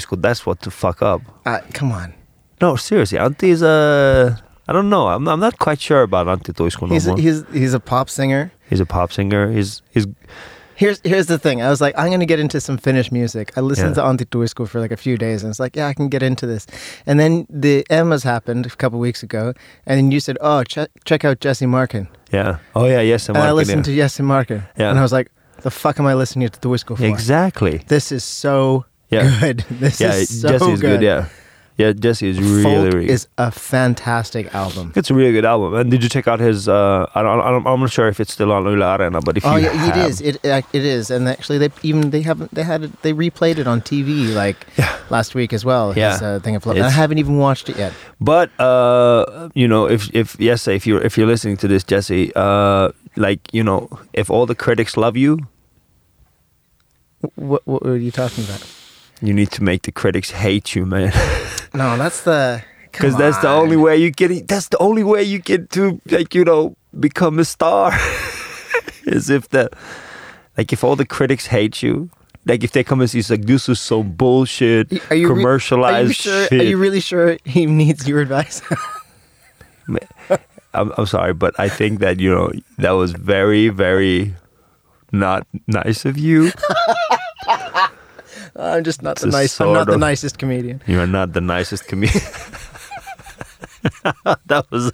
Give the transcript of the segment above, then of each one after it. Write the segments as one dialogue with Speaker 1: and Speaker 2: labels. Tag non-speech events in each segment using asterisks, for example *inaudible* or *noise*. Speaker 1: school. That's what to fuck up.
Speaker 2: Uh, come on.
Speaker 1: No, seriously, Antti is a. I don't know. I'm, I'm not quite sure about Antti Toisko no
Speaker 2: He's
Speaker 1: more.
Speaker 2: he's he's a pop singer.
Speaker 1: He's a pop singer. He's he's
Speaker 2: Here's here's the thing. I was like, I'm gonna get into some Finnish music. I listened
Speaker 1: Yeah.
Speaker 2: to Antti Tuisku for like a few days, and it's like, yeah, I can get into this. And then the Emmas happened a couple weeks ago, and then you said, oh, check check out Jesse Markin.
Speaker 1: yeah. Oh yeah, yes,
Speaker 2: And I listened Uh, to Jesse Markin,
Speaker 1: Yeah.
Speaker 2: and I was like, the fuck am I listening to Tuisku for?
Speaker 1: exactly.
Speaker 2: This is so
Speaker 1: Yeah.
Speaker 2: good. *laughs* This
Speaker 1: yeah,
Speaker 2: is so
Speaker 1: Jesse
Speaker 2: good.
Speaker 1: is good. Yeah, yeah, Jesse is really
Speaker 2: Folk
Speaker 1: really.
Speaker 2: is a fantastic album.
Speaker 1: it's a really good album. And did you check out his? Uh, I don't, I don't, I'm not sure if it's still on Ula Arena, but if
Speaker 2: Oh
Speaker 1: you
Speaker 2: yeah,
Speaker 1: have,
Speaker 2: it is. It uh, it is, and actually, they even they haven't they had it, they replayed it on TV like last week as well.
Speaker 1: Yeah.
Speaker 2: his, uh, thing of love. And I
Speaker 1: It's-
Speaker 2: haven't even watched it yet.
Speaker 1: But uh, you know, if if yes, if you're if you're listening to this, Jesse, uh, like you know, if all the critics love you,
Speaker 2: What what were you talking about?
Speaker 1: you need to make the critics hate you, man. *laughs*
Speaker 2: No, that's the
Speaker 1: Because that's the only way you get. That's the only way you get to like you know become a star. *laughs* Is if the like if all the critics hate you. Like if they come and see, it's like this is some bullshit,
Speaker 2: Are you re-
Speaker 1: commercialized
Speaker 2: Are you sure?
Speaker 1: shit.
Speaker 2: Are you really sure he needs your advice? *laughs*
Speaker 1: I'm, I'm sorry, but I think that you know that was very, very not nice of
Speaker 2: *laughs*
Speaker 1: you.
Speaker 2: I'm just not the
Speaker 1: It's a
Speaker 2: nice. I'm
Speaker 1: sort
Speaker 2: not the
Speaker 1: of-
Speaker 2: nicest comedian. *laughs*
Speaker 1: You are not the nicest comedian. *laughs* that was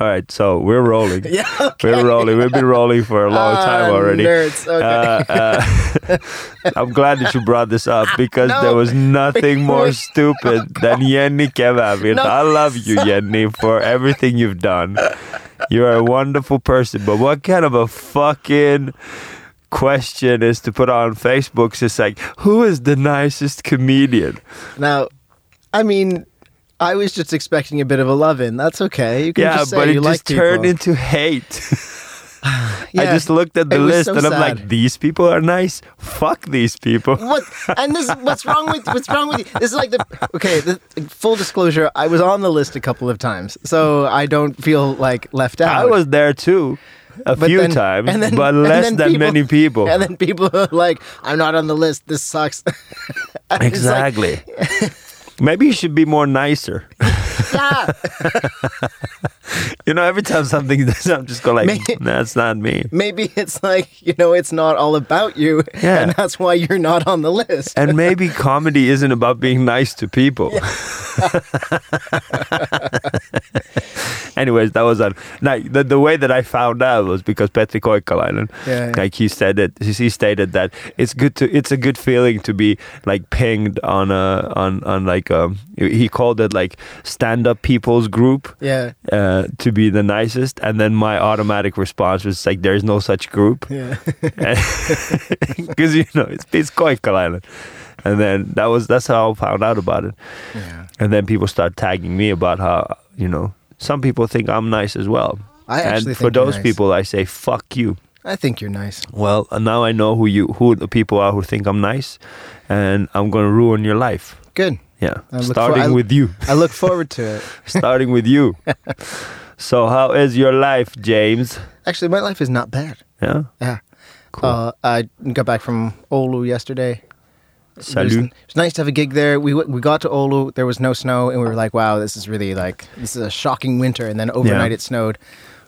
Speaker 1: all right. So we're rolling.
Speaker 2: Yeah, okay. *laughs*
Speaker 1: We're rolling. We've been rolling for a long Oh, time
Speaker 2: Ah,
Speaker 1: already.
Speaker 2: nerds, okay.
Speaker 1: Uh, uh, *laughs* I'm glad that you brought this up because
Speaker 2: No.
Speaker 1: there was nothing more
Speaker 2: Because- *laughs*
Speaker 1: stupid than Yenny Kebab. And
Speaker 2: No.
Speaker 1: I love you, Yenny, for everything you've done. You're a wonderful person, but what kind of a fucking question is to put on Facebook? It's just like, who is the nicest comedian?
Speaker 2: Now, I mean, I was just expecting a bit of a love in. That's okay. You can
Speaker 1: Yeah,
Speaker 2: just say
Speaker 1: but it
Speaker 2: you
Speaker 1: just
Speaker 2: like
Speaker 1: turned
Speaker 2: people.
Speaker 1: into hate. *laughs* I
Speaker 2: Yeah,
Speaker 1: just looked at the
Speaker 2: it was
Speaker 1: list
Speaker 2: so
Speaker 1: and I'm like,
Speaker 2: sad.
Speaker 1: these people are nice. Fuck these people.
Speaker 2: What? And this, what's wrong with what's wrong with you? This is like the okay. The, full disclosure: I was on the list a couple of times, so I don't feel like left out.
Speaker 1: I was there too, a
Speaker 2: But
Speaker 1: few
Speaker 2: then-
Speaker 1: times,
Speaker 2: and then-
Speaker 1: but
Speaker 2: and
Speaker 1: less
Speaker 2: then
Speaker 1: than many people.
Speaker 2: And then people are like, "I'm not on the list. This sucks." *laughs* And it's like, *laughs*
Speaker 1: exactly. Maybe you should be more nicer.
Speaker 2: yeah.
Speaker 1: You know, every time something *laughs* does, I'm just going
Speaker 2: May-
Speaker 1: like, that's not me.
Speaker 2: Maybe it's like you know, it's not all about you,
Speaker 1: Yeah.
Speaker 2: and that's why you're not on the list.
Speaker 1: And
Speaker 2: *laughs*
Speaker 1: maybe comedy isn't about being nice to people. *laughs* Anyways, that was on. Like the, the way that I found out was because Petri Koikkalainen,
Speaker 2: Yeah, yeah.
Speaker 1: like he said that he- he stated that it's good to it's a good feeling to be like pinged on a on on like um he called it like stand up people's group
Speaker 2: Yeah.
Speaker 1: uh, to be the nicest, and then my automatic response was like there is no such group *laughs*
Speaker 2: Yeah.
Speaker 1: because you know it's it's Koikkalainen. And then that was that's how I found out about it.
Speaker 2: yeah.
Speaker 1: And then people start tagging me about how you know some people think I'm nice as well.
Speaker 2: I actually
Speaker 1: and for
Speaker 2: think you're
Speaker 1: those
Speaker 2: nice.
Speaker 1: people, I say fuck you.
Speaker 2: I think you're nice.
Speaker 1: Well, and now I know who you who the people are who think I'm nice, and I'm gonna ruin your life.
Speaker 2: Good.
Speaker 1: Yeah,
Speaker 2: I look for-
Speaker 1: starting
Speaker 2: I-
Speaker 1: with
Speaker 2: *laughs*
Speaker 1: you,
Speaker 2: I look forward to
Speaker 1: *laughs*
Speaker 2: it.
Speaker 1: starting with
Speaker 2: *laughs*
Speaker 1: you. So how is your life, James?
Speaker 2: Actually, my life is not bad.
Speaker 1: Yeah,
Speaker 2: Yeah.
Speaker 1: Cool.
Speaker 2: Uh, I got back from Oulu yesterday. It was,
Speaker 1: salut.
Speaker 2: it was nice to have a gig there. We w- we got to Oulu. There was no snow, and we were like, "Wow, this is really like this is a shocking winter." And then overnight,
Speaker 1: Yeah.
Speaker 2: it snowed.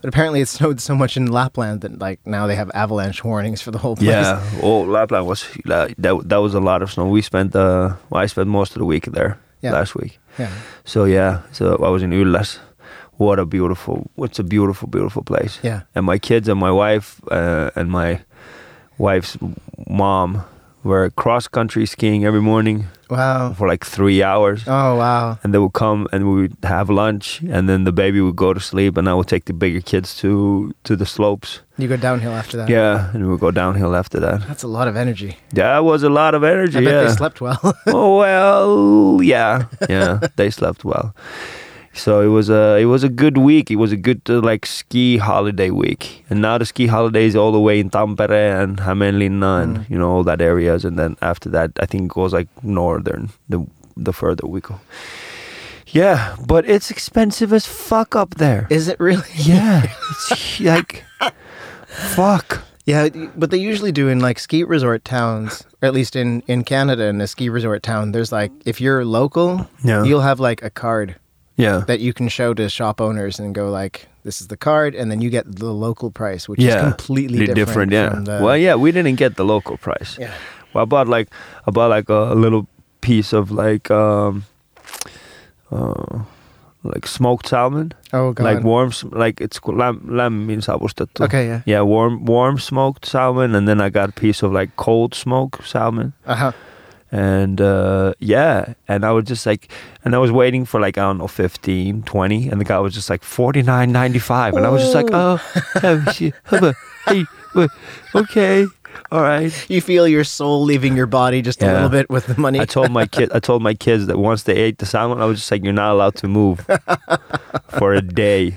Speaker 2: But apparently, it snowed so much in Lapland that like now they have avalanche warnings for the whole place.
Speaker 1: Yeah, *laughs* oh, Lapland was like, that. That was a lot of snow. We spent uh, well, I spent most of the week there
Speaker 2: Yeah.
Speaker 1: last week.
Speaker 2: *laughs* yeah.
Speaker 1: So yeah, so I was in Ullas. What a beautiful, what's a beautiful, beautiful place.
Speaker 2: Yeah.
Speaker 1: And my kids and my wife uh, and my wife's mom were cross country skiing every morning
Speaker 2: Wow.
Speaker 1: for like three hours.
Speaker 2: Oh wow.
Speaker 1: And they would come and we would have lunch, and then the baby would go to sleep, and I would take the bigger kids to to the slopes.
Speaker 2: You go downhill after that.
Speaker 1: Yeah, and we would go downhill after that.
Speaker 2: That's a lot of energy.
Speaker 1: That was a lot of energy.
Speaker 2: I bet
Speaker 1: yeah.
Speaker 2: they slept well. *laughs*
Speaker 1: oh well, yeah, yeah, *laughs* they slept well. So it was a it was a good week. It was a good uh, like ski holiday week. And now the ski holidays all the way in Tampere and Hämeenlinna and
Speaker 2: Mm.
Speaker 1: you know all that areas. And then after that, I think it goes like northern the the further we go. Yeah, but it's expensive as fuck up there.
Speaker 2: is it really?
Speaker 1: yeah, it's like *laughs* fuck.
Speaker 2: Yeah, but they usually do in like ski resort towns, or at least in in Canada, in a ski resort town. There's like if you're local,
Speaker 1: Yeah.
Speaker 2: you'll have like a card
Speaker 1: Yeah.
Speaker 2: that you can show to shop owners and go like, "This is the card," and then you get the local price, which is
Speaker 1: yeah.
Speaker 2: completely
Speaker 1: Little
Speaker 2: different.
Speaker 1: yeah.
Speaker 2: from the-
Speaker 1: well, yeah, we didn't get the local price.
Speaker 2: Yeah.
Speaker 1: Well, I bought like I bought like a, little piece of like um uh like smoked salmon,
Speaker 2: Oh god.
Speaker 1: like warm, s- like it's called lamb. Lamb means arvostettu.
Speaker 2: Okay. Yeah.
Speaker 1: Yeah, warm, warm smoked salmon, and then I got a piece of like cold smoked salmon,
Speaker 2: Uh huh.
Speaker 1: and uh, yeah, and I was just like, and I was waiting for like I don't know 15, 20, and the guy was just like forty nine ninety five, and I was just like,
Speaker 2: Ooh.
Speaker 1: oh, oh, shit, *laughs* oh, but, hey, but, okay, all right.
Speaker 2: You feel your soul leaving your body just a
Speaker 1: Yeah.
Speaker 2: little bit with the money.
Speaker 1: I told my kid, I told my kids that once they ate the salmon, I was just like, you're not allowed to move for a day.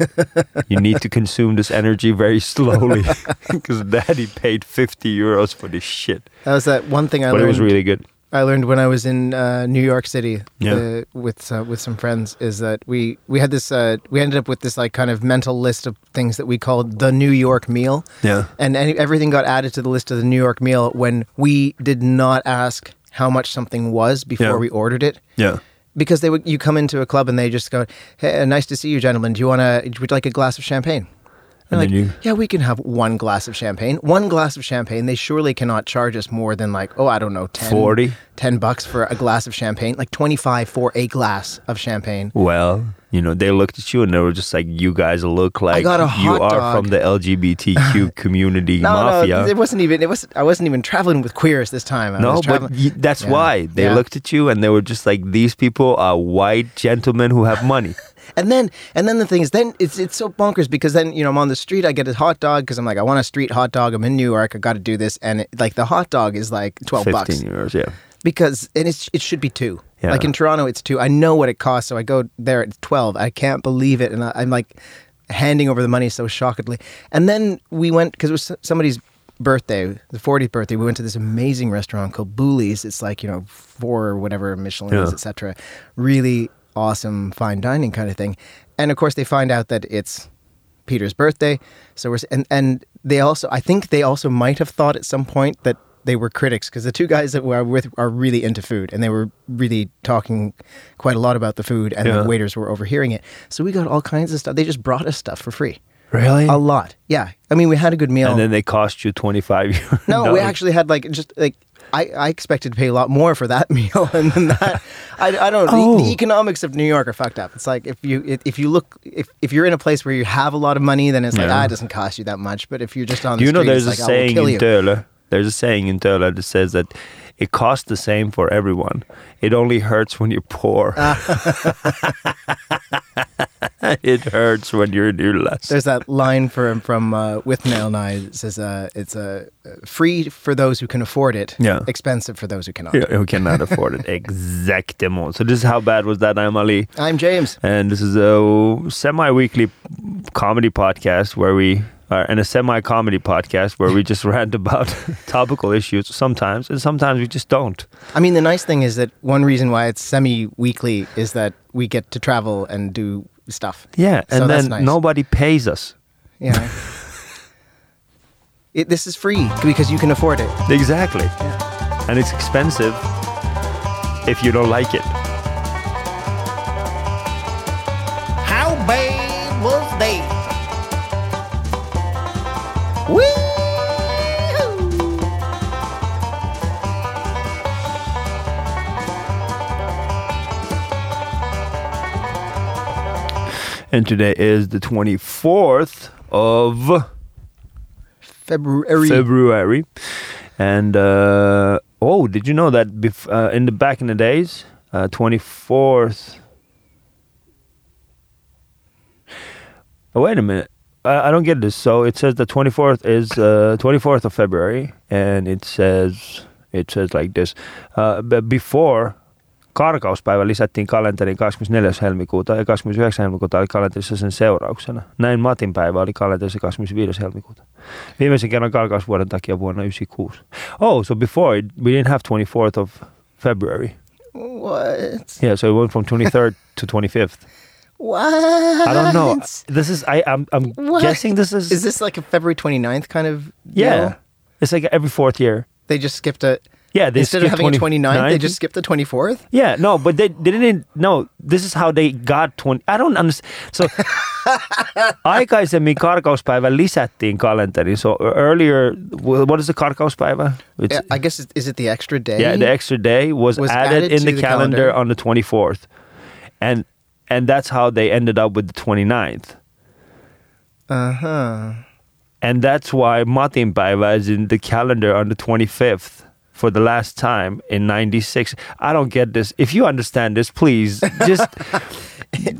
Speaker 1: You need to consume this energy very slowly *laughs* because daddy paid 50 euros for this shit.
Speaker 2: that was that one thing I
Speaker 1: but
Speaker 2: learned.
Speaker 1: it was really good.
Speaker 2: I learned when I was in uh, New York City
Speaker 1: Yeah.
Speaker 2: uh, with uh, with some friends is that we we had this uh, we ended up with this like kind of mental list of things that we called the New York meal,
Speaker 1: Yeah.
Speaker 2: and any, everything got added to the list of the New York meal when we did not ask how much something was before
Speaker 1: Yeah.
Speaker 2: we ordered it.
Speaker 1: Yeah.
Speaker 2: Because they would, you come into a club and they just go, "Hey, uh, nice to see you, gentlemen. Do you want to? Would you like a glass of champagne?"
Speaker 1: And
Speaker 2: like,
Speaker 1: then you-
Speaker 2: yeah, we can have one glass of champagne. One glass of champagne. They surely cannot charge us more than like, oh, I don't know, 10,
Speaker 1: 40?
Speaker 2: 10 bucks for a glass of champagne, like 25 for a glass of champagne.
Speaker 1: Well, you know, they looked at you and they were just like, you guys look like
Speaker 2: got a
Speaker 1: you
Speaker 2: hot
Speaker 1: are
Speaker 2: dog.
Speaker 1: from the LGBTQ community
Speaker 2: *laughs* No,
Speaker 1: mafia.
Speaker 2: no, it wasn't even. It was. I wasn't even traveling with queers this time. I
Speaker 1: No,
Speaker 2: was
Speaker 1: but
Speaker 2: traveling-
Speaker 1: y- that's
Speaker 2: Yeah.
Speaker 1: why they
Speaker 2: Yeah.
Speaker 1: looked at you and they were just like, these people are white gentlemen who have money.
Speaker 2: And then and then the thing is, then it's it's so bonkers because then you know I'm on the street, I get a hot dog because I'm like I want a street hot dog. I'm in New York, I got to do this, and it, like the hot dog is like twelve
Speaker 1: 15
Speaker 2: bucks
Speaker 1: euros, yeah.
Speaker 2: because and it's it should be two.
Speaker 1: Yeah.
Speaker 2: Like in Toronto, it's two. I know what it costs, so I go there at twelve. I can't believe it, and I, I'm like handing over the money so shockedly. And then we went because it was s- somebody's birthday, the 40th birthday. We went to this amazing restaurant called Booley's. It's like you know four or whatever Michelin's,
Speaker 1: Yeah.
Speaker 2: etc. Really awesome fine dining kind of thing. And of course, they find out that it's Peter's birthday. So we're s- and and they also I think they also might have thought at some point that they were critics because the two guys that we're with are really into food and they were really talking quite a lot about the food and
Speaker 1: Yeah.
Speaker 2: the waiters were overhearing it. So we got all kinds of stuff. They just brought us stuff for free.
Speaker 1: Really?
Speaker 2: A lot. Yeah. I mean, we had a good meal.
Speaker 1: and then they cost you 25 *laughs* euros.
Speaker 2: no, we actually had like just like I, I expected to pay a lot more for that *laughs* meal and then that I, I don't know the,
Speaker 1: Oh.
Speaker 2: the economics of New York are fucked up. It's like if you if- if you look if, if you're in a place where you have a lot of money then it's like
Speaker 1: Yeah.
Speaker 2: ah it doesn't cost you that much. But if you're just on
Speaker 1: Do
Speaker 2: the
Speaker 1: you know
Speaker 2: street,
Speaker 1: there's a
Speaker 2: it's like, I will
Speaker 1: saying
Speaker 2: kill
Speaker 1: in
Speaker 2: you.
Speaker 1: Turla? There's a saying in Turla that says that it costs the same for everyone. It only hurts when you're poor.
Speaker 2: Ah.
Speaker 1: *laughs* it hurts when you're in Urlas.
Speaker 2: There's that line from from uh, with Nail and I that says uh, it's uh, free for those who can afford it,
Speaker 1: Yeah.
Speaker 2: expensive for those who cannot.
Speaker 1: Yeah, Who cannot afford it? Exactement. So this is how bad was that, I'm Ali.
Speaker 2: I'm James.
Speaker 1: and this is a semi-weekly comedy podcast where we are and a semi-comedy podcast where we just *laughs* rant about topical issues sometimes and sometimes we just don't
Speaker 2: I mean, the nice thing is that one reason why it's semi-weekly is that we get to travel and do stuff.
Speaker 1: yeah and
Speaker 2: So that's
Speaker 1: then
Speaker 2: nice.
Speaker 1: nobody pays us *laughs*
Speaker 2: Yeah. it, this is free because you can afford it.
Speaker 1: exactly and it's expensive if you don't like it
Speaker 2: How bad was they? Woo!
Speaker 1: and today is the 24th of
Speaker 2: February.
Speaker 1: February. And uh, oh, did you know that bef- uh, in the back in the days, twenty fourth. uh, twenty fourth? Oh, wait a minute. I, I don't get this. So it says the twenty fourth is twenty fourth of February, and it says it says like this. Uh, but before karkauspäivä lisättiin kalenteriin 24. helmikuuta ja 29. helmikuuta oli kalenterissa sen seurauksena. Näin Matin päivä oli kalenterissa 25. helmikuuta. Viimeisen kerran karkausvuoden takia vuonna 96. Oh, so before it, we didn't have 24th of February.
Speaker 2: What?
Speaker 1: Yeah, so it went from 23rd to 25th.
Speaker 2: What?
Speaker 1: I don't know. This is I. I'm, I'm
Speaker 2: What?
Speaker 1: guessing this is.
Speaker 2: Is this like a February 29th kind of
Speaker 1: yeah.
Speaker 2: deal?
Speaker 1: It's like every fourth year.
Speaker 2: They just skipped a
Speaker 1: Yeah, they
Speaker 2: instead of
Speaker 1: skip
Speaker 2: having a 29th, they
Speaker 1: 29th?
Speaker 2: just skipped the 24th?
Speaker 1: Yeah, no, but they, they didn't. No, this is how they got 20. I don't understand. So aikaisemmin karkauspäivä lisättiin kalenteriin. So earlier, wh- what is the karkauspäivä? It's,
Speaker 2: Yeah, I guess it- is it the extra day?
Speaker 1: yeah, the extra day was,
Speaker 2: Was
Speaker 1: added,
Speaker 2: added
Speaker 1: in
Speaker 2: to
Speaker 1: the,
Speaker 2: the
Speaker 1: calendar,
Speaker 2: calendar.
Speaker 1: on the 24th. And and that's how they ended up with the 29th.
Speaker 2: Uh-huh.
Speaker 1: And that's why Matinpäivä is in the calendar on the 25th for the last time in 96. I don't get this. If you understand this, please just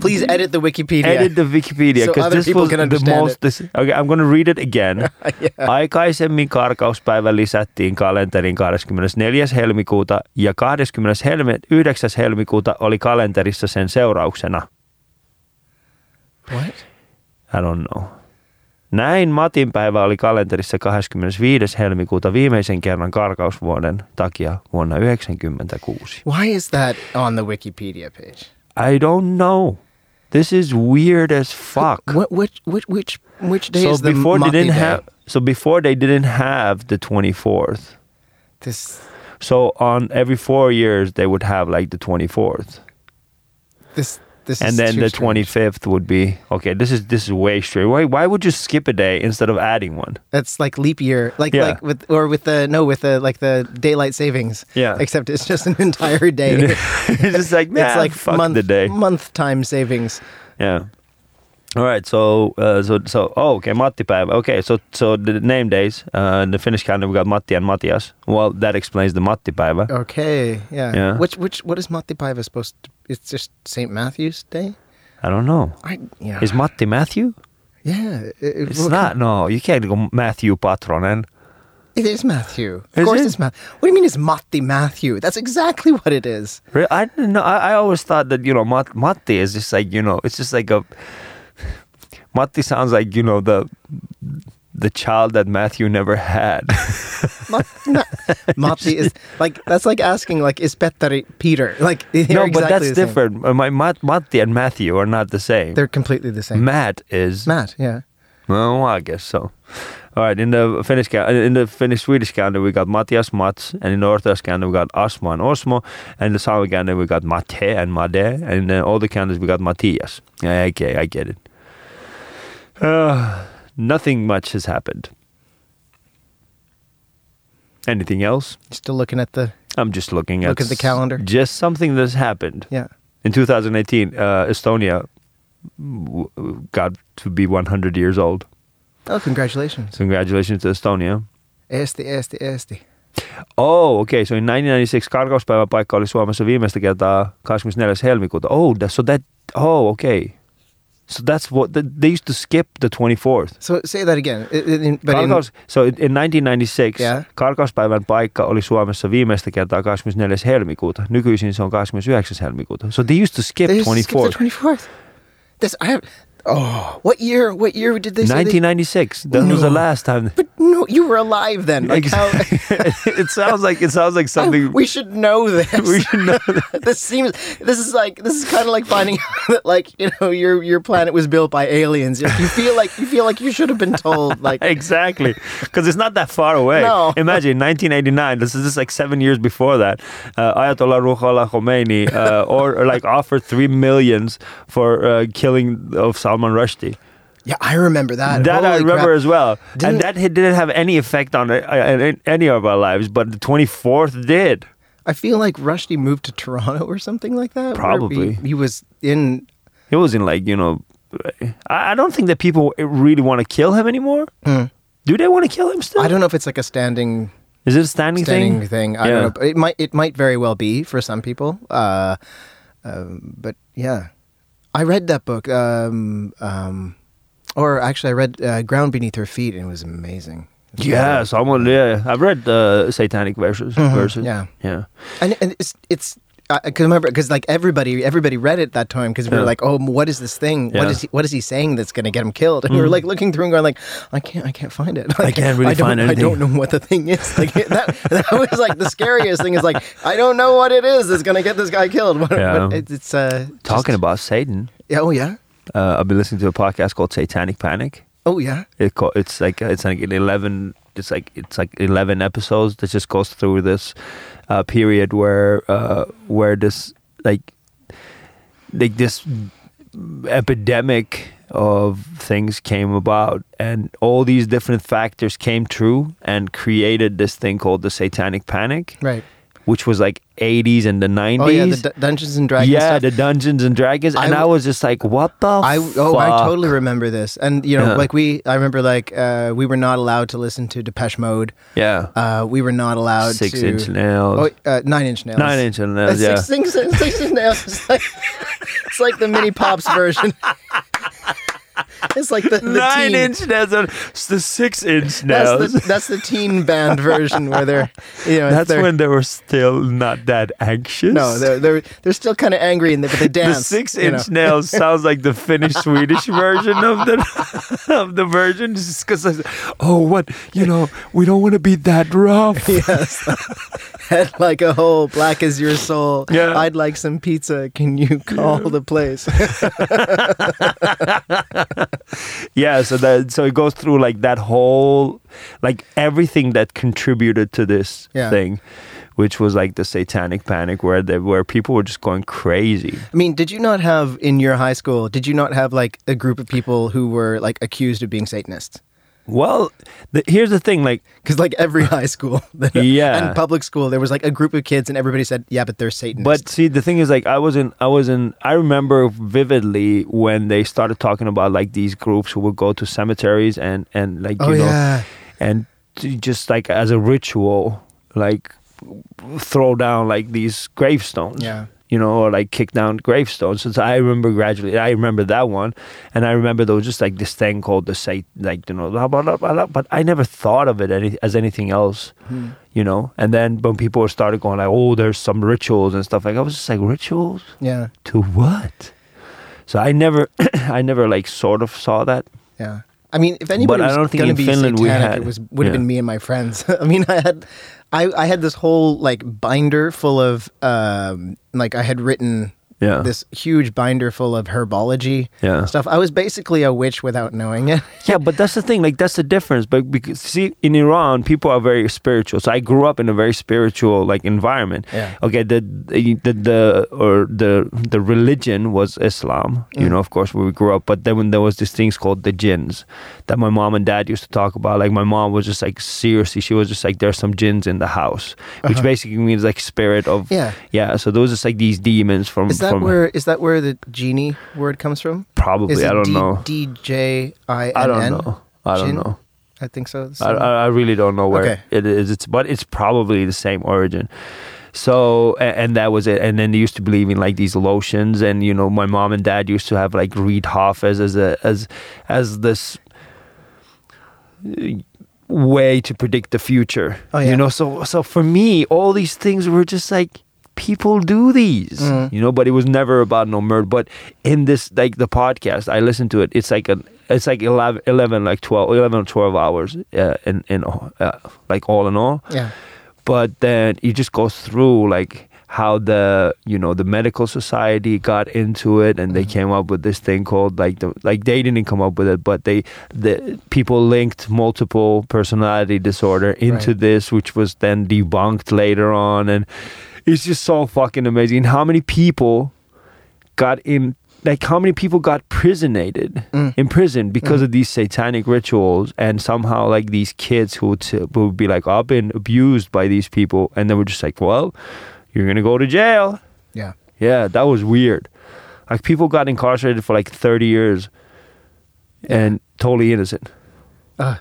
Speaker 2: Please edit the Wikipedia.
Speaker 1: edit *laughs* the Wikipedia
Speaker 2: So
Speaker 1: because
Speaker 2: other
Speaker 1: this
Speaker 2: people
Speaker 1: was
Speaker 2: can
Speaker 1: the
Speaker 2: understand
Speaker 1: most.
Speaker 2: it.
Speaker 1: This, okay, I'm gonna read it
Speaker 2: *laughs*
Speaker 1: again. Aikaisemmin karkauspäivä lisättiin kalenterin 24. helmikuuta ja 20. Helmi, 9. helmikuuta oli kalenterissa sen seurauksena.
Speaker 2: What?
Speaker 1: I don't know. Näin Matin päivä oli kalenterissa 25. helmikuuta viimeisen kerran karkausvuoden takia vuonna 1996.
Speaker 2: Why is that on the Wikipedia page?
Speaker 1: I don't know. This is weird as fuck.
Speaker 2: What which which which which day
Speaker 1: so
Speaker 2: is the
Speaker 1: before
Speaker 2: Mati
Speaker 1: they didn't
Speaker 2: day?
Speaker 1: have so before they didn't have the 24th
Speaker 2: this
Speaker 1: so on every four years they would have like the 24th
Speaker 2: this this
Speaker 1: and
Speaker 2: is
Speaker 1: then
Speaker 2: too
Speaker 1: the
Speaker 2: strange.
Speaker 1: 25th would be okay this is this is way straight why, why would you skip a day instead of adding one *laughs*
Speaker 2: That's like leap year, like
Speaker 1: Yeah.
Speaker 2: like with or with the no with the like the daylight savings.
Speaker 1: Yeah.
Speaker 2: Except it's just an entire day.
Speaker 1: it's just like nah,
Speaker 2: it's like
Speaker 1: fuck
Speaker 2: month
Speaker 1: the day
Speaker 2: month time savings.
Speaker 1: yeah all right so uh, so so oh okay mattipäivä okay so so the name days uh in the finnish calendar we got matti and matias well that explains the mattipäivä
Speaker 2: Okay, yeah.
Speaker 1: Yeah.
Speaker 2: Which which what is Matti Paiva supposed? to... It's just Saint Matthew's Day.
Speaker 1: i don't know
Speaker 2: I yeah
Speaker 1: is matti matthew
Speaker 2: yeah. it- it-
Speaker 1: It's
Speaker 2: well,
Speaker 1: not. No, you can't go Matthew Patronen.
Speaker 2: It is Matthew. Of
Speaker 1: Is
Speaker 2: course,
Speaker 1: it?
Speaker 2: it's Matthew. What do you mean it's Matti Matthew? That's exactly what it is.
Speaker 1: Re- I didn't know. I, I always thought that you know Mat- Matti is just like you know it's just like a Matti sounds like you know the the child that Matthew never
Speaker 2: *laughs*
Speaker 1: had.
Speaker 2: Mat- no, Matti is like that's like asking like is Petteri Peter? Like *laughs*
Speaker 1: *laughs*
Speaker 2: they're
Speaker 1: no,
Speaker 2: exactly
Speaker 1: but that's
Speaker 2: the same.
Speaker 1: different. Uh, My Mat- Matti and Matthew are not the same.
Speaker 2: They're completely the same.
Speaker 1: Matt is
Speaker 2: Matt, yeah.
Speaker 1: Well, I guess so. All right, in the Finnish ca- uh, in the Finnish Swedish calendar we got Matias Mats, and in the Orthodox calendar we got Asma and Osmo, and the Sami calendar we got Mate and Made, and in all the calendars we got Matthias. Yeah, Okay, I get it. Uh, nothing much has happened. Anything else?
Speaker 2: Still looking at the
Speaker 1: I'm just looking at
Speaker 2: Look at the
Speaker 1: s-
Speaker 2: calendar.
Speaker 1: Just something that's happened
Speaker 2: yeah.
Speaker 1: in 2018. Uh, Estonia w- w- got to be 100 years old.
Speaker 2: Oh, congratulations.
Speaker 1: So congratulations to Estonia.
Speaker 2: Esti, esti, esti.
Speaker 1: Oh, okei. Okay. So in 1996 karkauspäivän paikka oli Suomessa viimeistä kertaa 24. helmikuuta. Oh, that, so that, oh, okay. So that's what, th- they used to skip the 24th.
Speaker 2: So say that again. I- I- in- but in-
Speaker 1: Karkaus, so in, in 1996
Speaker 2: Yeah.
Speaker 1: karkauspäivän paikka oli Suomessa viimeistä kertaa 24. helmikuuta. Nykyisin se on 29. helmikuuta. So they used to skip
Speaker 2: they
Speaker 1: 24th.
Speaker 2: just skipped the 24th. This I have. Oh, what year? What year did they? say they-
Speaker 1: 1996. That was the
Speaker 2: No.
Speaker 1: last time.
Speaker 2: But no, you were alive then. Like how,
Speaker 1: *laughs* it sounds like it sounds like something
Speaker 2: *laughs* we should know this.
Speaker 1: *laughs*
Speaker 2: *laughs*
Speaker 1: we should know.
Speaker 2: this seems. This is like. This is kind of like finding *laughs* out that, like you know, your your planet was built by aliens. Like, you feel like you feel like you should have been told. Like
Speaker 1: exactly because it's not that far away
Speaker 2: No.
Speaker 1: imagine 1989 this is just like seven years before that uh, ayatollah ruhollah khomeini uh, or, *laughs* or like offered three millions for uh, killing of salman rushdie
Speaker 2: yeah, I remember that.
Speaker 1: that I
Speaker 2: Holy
Speaker 1: remember
Speaker 2: crap.
Speaker 1: as well,
Speaker 2: Didn't-
Speaker 1: and that hit- didn't have any effect on uh, uh, any of our lives, but the twenty fourth did.
Speaker 2: I feel like Rushdie moved to Toronto or something like that. where he-
Speaker 1: Probably.
Speaker 2: he was in
Speaker 1: It wasn't like you know, I, I don't think that people really want to kill him anymore. Do they want to kill him still?
Speaker 2: Hmm. I don't know if it's like a standing
Speaker 1: Is it a standing,
Speaker 2: standing
Speaker 1: thing?
Speaker 2: thing. I
Speaker 1: Yeah.
Speaker 2: don't know. But it might it might very well be for some people. Uh, um, but yeah, I read that book. Um, um, or actually, I read uh, Ground Beneath Her Feet, and it was amazing.
Speaker 1: Yeah, someone. Yeah, I've read the satanic verses. verses.
Speaker 2: Mm-hmm,
Speaker 1: yeah.
Speaker 2: yeah. and, and it's it's. Because remember, because like everybody, everybody read it that time because we were
Speaker 1: Yeah.
Speaker 2: like, "Oh, what is this thing?
Speaker 1: Yeah. Mm-hmm.
Speaker 2: What is he, what is he saying that's going to get him killed?" And we were like looking through and going, "Like, I can't, I can't find it. *laughs* Like,
Speaker 1: can't really
Speaker 2: don't-
Speaker 1: find
Speaker 2: I
Speaker 1: anything."
Speaker 2: don't know what the thing is. Like *laughs* that, that was like the scariest thing is like, I don't know what it is that's going to get this guy killed. *laughs* But,
Speaker 1: Yeah.
Speaker 2: it's uh,
Speaker 1: Talking
Speaker 2: just-
Speaker 1: about Satan,
Speaker 2: Yeah, Oh yeah.
Speaker 1: Uh, I've been listening to a podcast called Satanic Panic.
Speaker 2: Oh yeah.
Speaker 1: It co- it's like it's like an eleven. It's like it's like eleven episodes that just goes through this uh, period where uh, where this like like this epidemic of things came about and all these different factors came true and created this thing called the satanic panic
Speaker 2: Right.
Speaker 1: which was like 80s and the 90s
Speaker 2: Oh yeah. The D- Dungeons and Dragons.
Speaker 1: yeah,
Speaker 2: stuff.
Speaker 1: the Dungeons and Dragons,
Speaker 2: I
Speaker 1: and I
Speaker 2: w-
Speaker 1: was just like, "What the?"
Speaker 2: I oh I
Speaker 1: fuck?
Speaker 2: totally remember this, and you know,
Speaker 1: Yeah.
Speaker 2: like we, I remember like uh, we were not allowed to listen to Depeche Mode.
Speaker 1: yeah.
Speaker 2: Uh, we were not allowed
Speaker 1: Six
Speaker 2: to
Speaker 1: inch nails,
Speaker 2: Oh, uh, nine inch nails.
Speaker 1: nine inch
Speaker 2: Uh,
Speaker 1: nails. Yeah,
Speaker 2: six, six, *laughs* six inch nails. It's like, it's like the mini pops version. it's like the, the
Speaker 1: nine
Speaker 2: teen.
Speaker 1: inch nails. uh, It's the six inch
Speaker 2: That's
Speaker 1: nails.
Speaker 2: the, that's the teen band version where they're, you know,
Speaker 1: That's
Speaker 2: they're,
Speaker 1: when they were still not that anxious.
Speaker 2: no, they're they're, they're still kind of angry and they, but they
Speaker 1: *laughs* the
Speaker 2: dance.
Speaker 1: six
Speaker 2: you know. *laughs*
Speaker 1: inch nails sounds like the Finnish Swedish version of the *laughs* of the version. Just because, oh, what you know, we don't want to be that rough.
Speaker 2: Yes. Had like a hole, black as your soul.
Speaker 1: Yeah.
Speaker 2: I'd like some pizza. Can you call the place? *laughs*
Speaker 1: Yeah, so that so it goes through like that whole like everything that contributed to this
Speaker 2: Yeah.
Speaker 1: thing, which was like the satanic panic where they, where people were just going crazy.
Speaker 2: I mean, did you not have in your high school? Did you not have like a group of people who were like accused of being Satanists?
Speaker 1: Well, the, here's the thing like
Speaker 2: Because like
Speaker 1: *laughs*
Speaker 2: every high school, *laughs* that-
Speaker 1: Yeah.
Speaker 2: and public school, there was like a group of kids, and everybody said, "Yeah, but they're Satanists."
Speaker 1: but see the thing is like I wasn't I wasn't I remember vividly when they started talking about like these groups who would go to cemeteries and and like
Speaker 2: oh
Speaker 1: you know
Speaker 2: yeah,
Speaker 1: and to just like as a ritual like throw down like these gravestones
Speaker 2: Yeah.
Speaker 1: you know or like kick down gravestones so i remember gradually i remember that one and i remember there was just like this thing called the site like you know blah, blah, blah, blah, blah, but i never thought of it any, as anything else you know and then when people started going like oh there's some rituals and stuff like i was just like rituals
Speaker 2: yeah,
Speaker 1: to what so i never *clears throat* i never like sort of saw that
Speaker 2: yeah. I mean, if anybody
Speaker 1: I
Speaker 2: was
Speaker 1: don't think
Speaker 2: going to
Speaker 1: in
Speaker 2: be
Speaker 1: Finland we
Speaker 2: satanic,
Speaker 1: had-
Speaker 2: it was would have
Speaker 1: yeah.
Speaker 2: been me and my friends. *laughs* I mean, I had, I, I had this whole like binder full of, um, like I had written
Speaker 1: Yeah.
Speaker 2: this huge binder full of herbology
Speaker 1: Yeah.
Speaker 2: stuff. I was basically a witch without knowing
Speaker 1: *laughs*
Speaker 2: it.
Speaker 1: Yeah, but that's the thing. Like that's the difference. But because see, in Iran, people are very spiritual. So I grew up in a very spiritual like environment.
Speaker 2: Yeah.
Speaker 1: Okay. The the the, the or the the religion was Islam. You
Speaker 2: Mm.
Speaker 1: know, of course, where we grew up. But then when there was these things called the jinns that my mom and dad used to talk about. Like my mom was just like seriously, she was just like there's some jinns in the house, which basically means like spirit of
Speaker 2: Uh-huh. Yeah.
Speaker 1: yeah. So those just like these demons from
Speaker 2: Is
Speaker 1: from
Speaker 2: that where is that where the genie word comes from?
Speaker 1: probably
Speaker 2: Is it
Speaker 1: I don't
Speaker 2: D-
Speaker 1: know.
Speaker 2: D-J-I-N-N?
Speaker 1: I don't know. I don't
Speaker 2: Jin?
Speaker 1: know.
Speaker 2: I think so.
Speaker 1: I, I I really don't know where
Speaker 2: Okay.
Speaker 1: it is. It's but it's probably the same origin. So and, and that was it. And then they used to believe in like these lotions, and you know, my mom and dad used to have like Reed Hoff as as a, as as this uh, way to predict the future.
Speaker 2: Oh, yeah.
Speaker 1: You know, so so for me, all these things were just like people do these you know but it was never about no murder but in this like the podcast i listened to it it's like an it's like 11, 11 like 12 11 or 12 hours uh, in in uh, like all in all
Speaker 2: yeah.
Speaker 1: but then it just goes through like how the you know the medical society got into it and they came up with this thing called like the like they didn't come up with it but they the people linked multiple personality disorder into
Speaker 2: Right.
Speaker 1: this which was then debunked later on and it's just so fucking amazing And how many people got in like how many people got prisonated in prison because of these satanic rituals and somehow like these kids who would, who would be like i've been abused by these people and then we're just like well you're gonna go to jail
Speaker 2: Yeah.
Speaker 1: yeah that was weird like people got incarcerated for like 30 years and totally innocent
Speaker 2: Uh,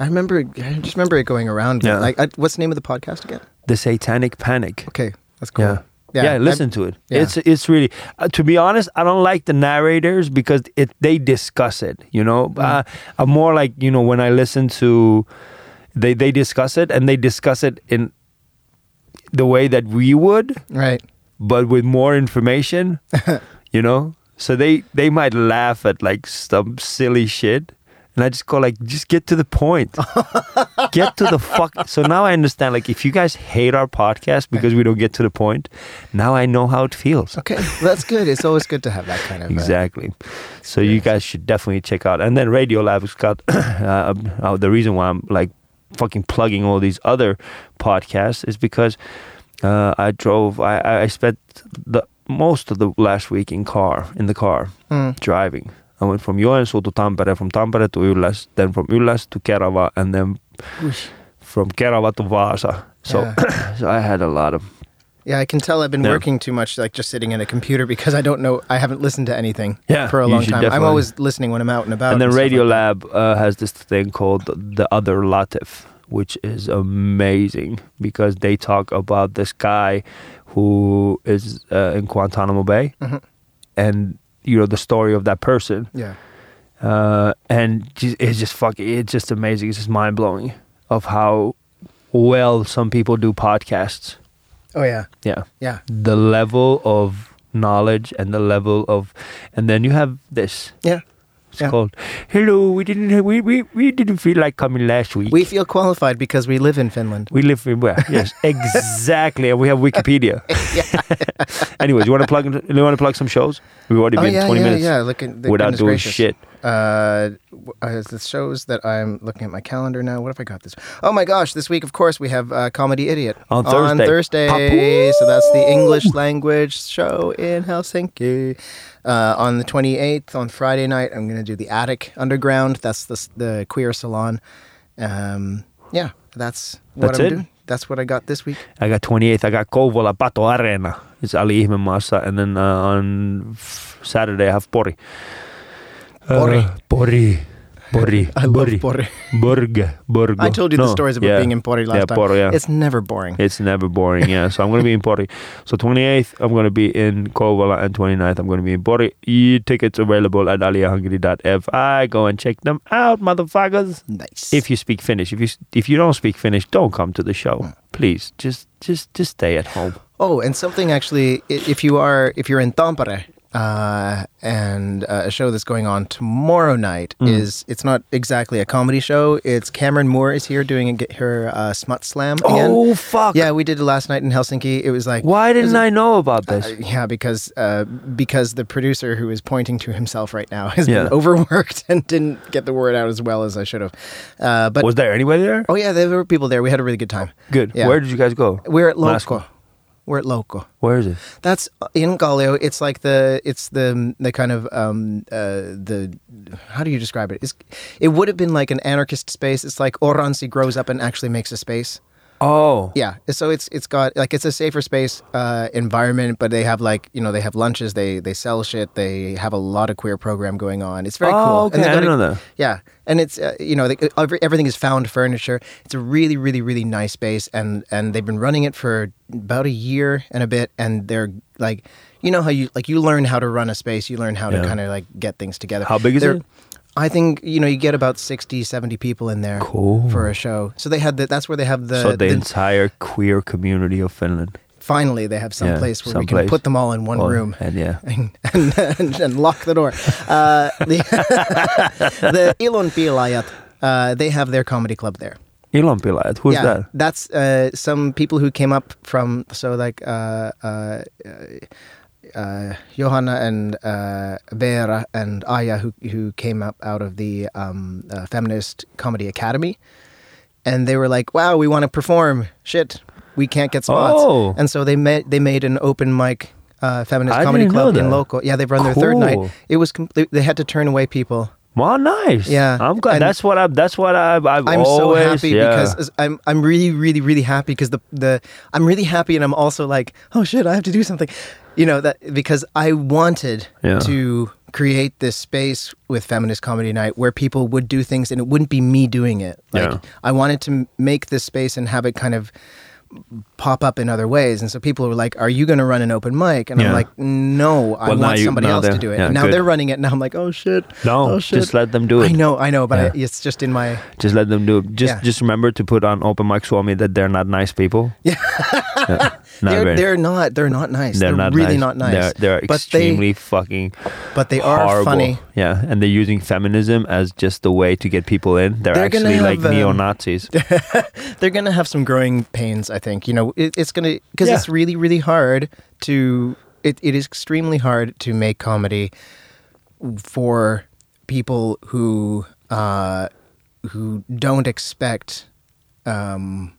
Speaker 2: I remember. I just remember it going around.
Speaker 1: Yeah.
Speaker 2: Like, I, what's the name of the podcast again?
Speaker 1: the satanic panic
Speaker 2: Okay, that's cool.
Speaker 1: Yeah. Yeah, listen to it.
Speaker 2: yeah.
Speaker 1: It's it's really uh, to be honest, I don't like the narrators because it they discuss it, you know.
Speaker 2: Mm.
Speaker 1: Uh, I'm more like, you know, when I listen to they they discuss it and they discuss it in the way that we would,
Speaker 2: I- right.
Speaker 1: but with more information, you know. So they they might laugh at like some silly shit And I just go like, just get to the point. get to the fuck. So now I understand. Like, if you guys hate our podcast because we don't get to the point, now I know how it feels.
Speaker 2: Okay, well, that's good. It's always good to have that kind of uh,
Speaker 1: Exactly. So you guys should definitely check out. And then Radio Lab has got *coughs* uh, uh, the reason why I'm like fucking plugging all these other podcasts is because uh, I drove. I, I I spent the most of the last week in car in the car
Speaker 2: Mm.
Speaker 1: driving. I went from Joensuu to Tampere, from Tampere to Ylläs, then from Ylläs to Kerava, and then
Speaker 2: Oosh.
Speaker 1: from Kerava to Vaasa. So, *coughs* so I had a lot of
Speaker 2: *coughs* Yeah, I can tell I've been
Speaker 1: Yeah.
Speaker 2: working too much, like just sitting in a computer because I don't know. I haven't listened to anything
Speaker 1: Yeah,
Speaker 2: for a
Speaker 1: you
Speaker 2: long
Speaker 1: should
Speaker 2: time. I'm
Speaker 1: definitely.
Speaker 2: always listening when I'm out and about.
Speaker 1: and then
Speaker 2: stuff like
Speaker 1: Radio
Speaker 2: that.
Speaker 1: Lab uh, has this thing called the Other Latif, which is amazing because they talk about this guy who is uh, in Guantanamo Bay,
Speaker 2: Mhm.
Speaker 1: and you know the story of that person,
Speaker 2: Yeah.
Speaker 1: uh, and ju- it's just fucking, it's just amazing, it's just mind blowing of how well some people do podcasts.
Speaker 2: Oh yeah.
Speaker 1: Yeah
Speaker 2: Yeah.
Speaker 1: the level of knowledge and the level of and then you have this
Speaker 2: Yeah.
Speaker 1: it's
Speaker 2: Yeah.
Speaker 1: called hello we didn't we, we we didn't feel like coming last week
Speaker 2: We feel qualified because we live in Finland.
Speaker 1: we live
Speaker 2: *laughs*
Speaker 1: in where yes exactly and we have wikipedia anyways you want to plug in- you want to plug some shows we've already
Speaker 2: Oh
Speaker 1: been
Speaker 2: yeah,
Speaker 1: 20
Speaker 2: yeah,
Speaker 1: minutes
Speaker 2: yeah. Look at the
Speaker 1: without
Speaker 2: goodness
Speaker 1: doing
Speaker 2: gracious.
Speaker 1: shit
Speaker 2: Uh, w- uh, the shows that I'm looking at my calendar now. What have I got this? Oh my gosh! This week, of course, we have uh, Comedy Idiot
Speaker 1: On Thursday.
Speaker 2: Thursday.
Speaker 1: Papu!
Speaker 2: so that's the English language show in Helsinki. Uh, on the 28th, on Friday night, I'm going to do the Attic Underground. That's the s- the queer salon. Um, yeah, that's what
Speaker 1: That's
Speaker 2: I'm
Speaker 1: it?
Speaker 2: doing. That's what I got this week.
Speaker 1: i got 28th i got kovola pato arena it's ali ihmemassa and then uh, on f- saturday i have pori
Speaker 2: Pori.
Speaker 1: uh, pori Pori.
Speaker 2: *laughs* I love
Speaker 1: Pori.
Speaker 2: Pori.
Speaker 1: Burg, Burg.
Speaker 2: I told you the
Speaker 1: Ah, No,
Speaker 2: stories about
Speaker 1: yeah.
Speaker 2: being in Pori last
Speaker 1: yeah,
Speaker 2: time.
Speaker 1: Pori, yeah. It's,
Speaker 2: It's never boring.
Speaker 1: never boring, yeah. So I'm going to be in Pori. So 28th, I'm going to be in Kovala, and 29th, I'm going to be in Pori. E- tickets available at aliyahungry.fi. Go and check them out, motherfuckers.
Speaker 2: nice.
Speaker 1: If you speak Finnish, if you if you don't speak Finnish, don't come to the show. Please, just just just stay at home.
Speaker 2: Oh, and something actually, i- if you are if you're in Tampere, uh, and uh, a show that's going on tomorrow night
Speaker 1: Hmm.
Speaker 2: is it's not exactly a comedy show. It's Cameron Moore is here doing a, get her uh, smut slam again.
Speaker 1: Oh fuck!
Speaker 2: Yeah, we did it last night in Helsinki. It was like
Speaker 1: Why
Speaker 2: it was
Speaker 1: didn't
Speaker 2: a-
Speaker 1: I know about this?
Speaker 2: uh, yeah, because uh, because the producer who is pointing to himself right now has
Speaker 1: Yeah.
Speaker 2: been overworked *laughs* and didn't get the word out as well as I should have. Uh, but
Speaker 1: Was there anybody there?
Speaker 2: oh yeah, there were people there. We had a really good time.
Speaker 1: Good.
Speaker 2: Yeah.
Speaker 1: Where did you guys go?
Speaker 2: We're at
Speaker 1: Last-
Speaker 2: Loco. We're at Loco.
Speaker 1: Where is it?
Speaker 2: That's uh, in Galileo. It's like the it's the the kind of um uh the how do you describe it? It's, it would have been like an anarchist space. It's like Oransi grows up and actually makes a space.
Speaker 1: Oh,
Speaker 2: Yeah. So it's it's got like it's a safer space uh environment, but they have like you know they have lunches, they they sell shit, they have a lot of queer program going on. It's very
Speaker 1: Oh,
Speaker 2: cool.
Speaker 1: okay.
Speaker 2: And they
Speaker 1: I
Speaker 2: got
Speaker 1: didn't
Speaker 2: a-
Speaker 1: know that.
Speaker 2: Yeah, and it's uh, you know they, every, everything is found furniture. It's a really really really nice space, and and they've been running it for about a year and a bit, and they're like. You know how you like you learn how to run a space, you learn how
Speaker 1: Yeah.
Speaker 2: to kind of like get things together.
Speaker 1: How big is
Speaker 2: They're-
Speaker 1: it?
Speaker 2: I think you know you get about 60 70 people in there
Speaker 1: Cool.
Speaker 2: for a show. So they had the, that's where they have the
Speaker 1: so the
Speaker 2: the-
Speaker 1: entire queer community of Finland.
Speaker 2: finally they have some
Speaker 1: Yeah,
Speaker 2: place where
Speaker 1: some
Speaker 2: we can
Speaker 1: place.
Speaker 2: put them all in one
Speaker 1: Oh,
Speaker 2: room
Speaker 1: And yeah.
Speaker 2: *laughs* and, and, and, and lock the door. Uh, *laughs* the, the Ilon Pilaajat, uh, they have their comedy club there.
Speaker 1: Elon Pilat, who's
Speaker 2: yeah,
Speaker 1: that?
Speaker 2: that's uh, some people who came up from so like uh, uh, uh, Johanna and uh, Vera and Aya who who came up out of the um, uh, feminist comedy academy, and they were like, "Wow, we want to perform. Shit, we can't get spots."
Speaker 1: Oh.
Speaker 2: And so they made they made an open mic. Uh, feminist
Speaker 1: I
Speaker 2: comedy
Speaker 1: didn't know
Speaker 2: club in
Speaker 1: that.
Speaker 2: local. Yeah, they've run their third night.
Speaker 1: Cool.
Speaker 2: It was com- they, they had to turn away people
Speaker 1: Wow, nice.
Speaker 2: Yeah,
Speaker 1: I'm glad.
Speaker 2: and-
Speaker 1: That's what I. That's what I. I've, I've
Speaker 2: I'm
Speaker 1: always,
Speaker 2: so happy
Speaker 1: yeah.
Speaker 2: because as- I'm I'm really really really happy because the the I'm really happy and I'm also like oh shit I have to do something, you know that because I wanted
Speaker 1: Yeah.
Speaker 2: to create this space with feminist comedy night where people would do things and it wouldn't be me doing it. Like
Speaker 1: Yeah.
Speaker 2: I wanted to m- make this space and have it kind of pop up in other ways. And so people were like, "Are you going to run an open mic?" And
Speaker 1: Yeah.
Speaker 2: I'm like, "No, I
Speaker 1: Well, now
Speaker 2: want
Speaker 1: you-
Speaker 2: somebody
Speaker 1: now
Speaker 2: else to
Speaker 1: they're-
Speaker 2: do it."
Speaker 1: yeah,
Speaker 2: And now
Speaker 1: good.
Speaker 2: they're running it, and I'm like, "Oh shit!
Speaker 1: No,
Speaker 2: oh, shit.
Speaker 1: just let them do it.
Speaker 2: I know, I know, but I,
Speaker 1: Yeah.
Speaker 2: it's just in my
Speaker 1: Just let them do it. Just
Speaker 2: Yeah.
Speaker 1: just remember to put on open mic swami that they're not nice
Speaker 2: *laughs*
Speaker 1: people. Yeah. Not
Speaker 2: they're,
Speaker 1: very-
Speaker 2: they're not they're not nice. They're, really not nice.
Speaker 1: They're, they're
Speaker 2: But they-
Speaker 1: extremely fucking
Speaker 2: But they are
Speaker 1: horrible.
Speaker 2: funny.
Speaker 1: Yeah, and they're using feminism as just the way to get people in. They're,
Speaker 2: They're gonna
Speaker 1: actually like
Speaker 2: have, um,
Speaker 1: neo Nazis.
Speaker 2: They're gonna have some growing pains, I think. You know, it, it's gonna because
Speaker 1: Yeah.
Speaker 2: it's really really hard to it, it is extremely hard to make comedy for people who uh, who don't expect um,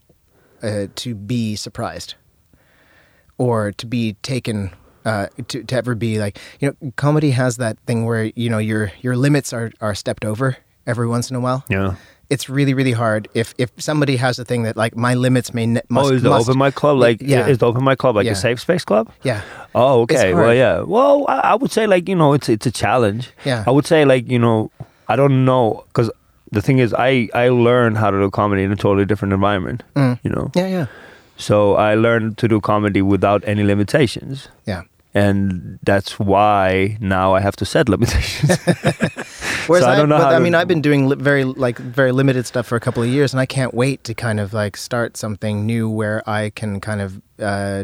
Speaker 2: uh, to be surprised or to be taken uh, to to ever be like you know comedy has that thing where you know your your limits are are stepped over every once in a while.
Speaker 1: Yeah.
Speaker 2: It's really really hard if if somebody has a thing that like my limits may ne- *laughs* must
Speaker 1: oh, is the
Speaker 2: must-
Speaker 1: open mic club like?
Speaker 2: yeah.
Speaker 1: Is the open mic club like
Speaker 2: Yeah.
Speaker 1: a safe space club?
Speaker 2: yeah
Speaker 1: Oh, okay. Well,
Speaker 2: hard.
Speaker 1: yeah. Well, I, I would say like you know it's it's a challenge.
Speaker 2: Yeah.
Speaker 1: I would say like you know I don't know because the thing is I I learned how to do comedy in a totally different environment. You know.
Speaker 2: Mm. yeah yeah
Speaker 1: So I learned to do comedy without any limitations.
Speaker 2: yeah.
Speaker 1: And that's why now I have to set
Speaker 2: *laughs*
Speaker 1: limitations.
Speaker 2: Whereas
Speaker 1: I
Speaker 2: I,
Speaker 1: don't know
Speaker 2: but,
Speaker 1: how
Speaker 2: I
Speaker 1: to-
Speaker 2: mean, I've been doing li- very like very limited stuff for a couple of years, and I can't wait to kind of like start something new where I can kind of uh,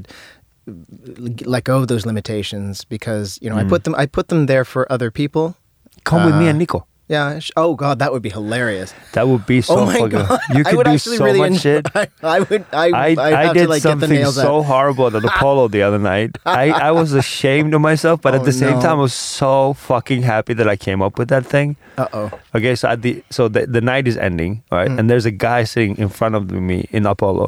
Speaker 2: l- let go of those limitations because you know
Speaker 1: Hmm.
Speaker 2: I put them I put them there for other people.
Speaker 1: Come with me
Speaker 2: Uh,
Speaker 1: and Nico.
Speaker 2: Yeah. I sh- Oh God, that would be hilarious.
Speaker 1: That would be so
Speaker 2: oh my
Speaker 1: fucking.
Speaker 2: God,
Speaker 1: You
Speaker 2: I
Speaker 1: could
Speaker 2: would
Speaker 1: do
Speaker 2: actually
Speaker 1: so
Speaker 2: really
Speaker 1: much
Speaker 2: enjoy-
Speaker 1: shit.
Speaker 2: *laughs* I, I would. I
Speaker 1: I,
Speaker 2: I'd
Speaker 1: I
Speaker 2: have
Speaker 1: did
Speaker 2: to like get the
Speaker 1: something
Speaker 2: nails
Speaker 1: so
Speaker 2: out.
Speaker 1: horrible
Speaker 2: *laughs*
Speaker 1: at Apollo the other night. I, I was ashamed of myself, but
Speaker 2: Oh,
Speaker 1: at the same
Speaker 2: no.
Speaker 1: time, I was so fucking happy that I came up with that thing.
Speaker 2: Uh oh.
Speaker 1: Okay, so at the so the, the night is ending, all
Speaker 2: Mm.
Speaker 1: right, and there's a guy sitting in front of me in Apollo,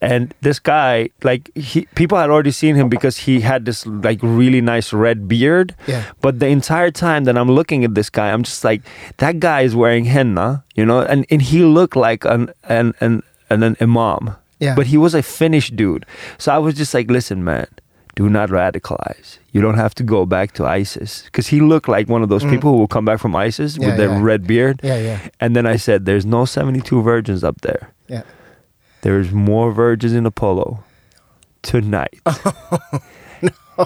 Speaker 1: and this guy like he people had already seen him because he had this like really nice red beard,
Speaker 2: Yeah.
Speaker 1: But the entire time that I'm looking at this guy, I'm just like that guy is wearing henna, you know, and and he looked like an an an an, an imam,
Speaker 2: Yeah.
Speaker 1: But he was a Finnish dude, so I was just like, listen, man. Do not radicalize. You don't have to go back to ISIS because he looked like one of
Speaker 2: Mm.
Speaker 1: those people who will come back from ISIS
Speaker 2: Yeah,
Speaker 1: with their
Speaker 2: yeah.
Speaker 1: red beard.
Speaker 2: Yeah, yeah.
Speaker 1: And then I said, "There's no 72 virgins up there.
Speaker 2: Yeah.
Speaker 1: There's more virgins in Apollo
Speaker 2: *laughs*
Speaker 1: tonight,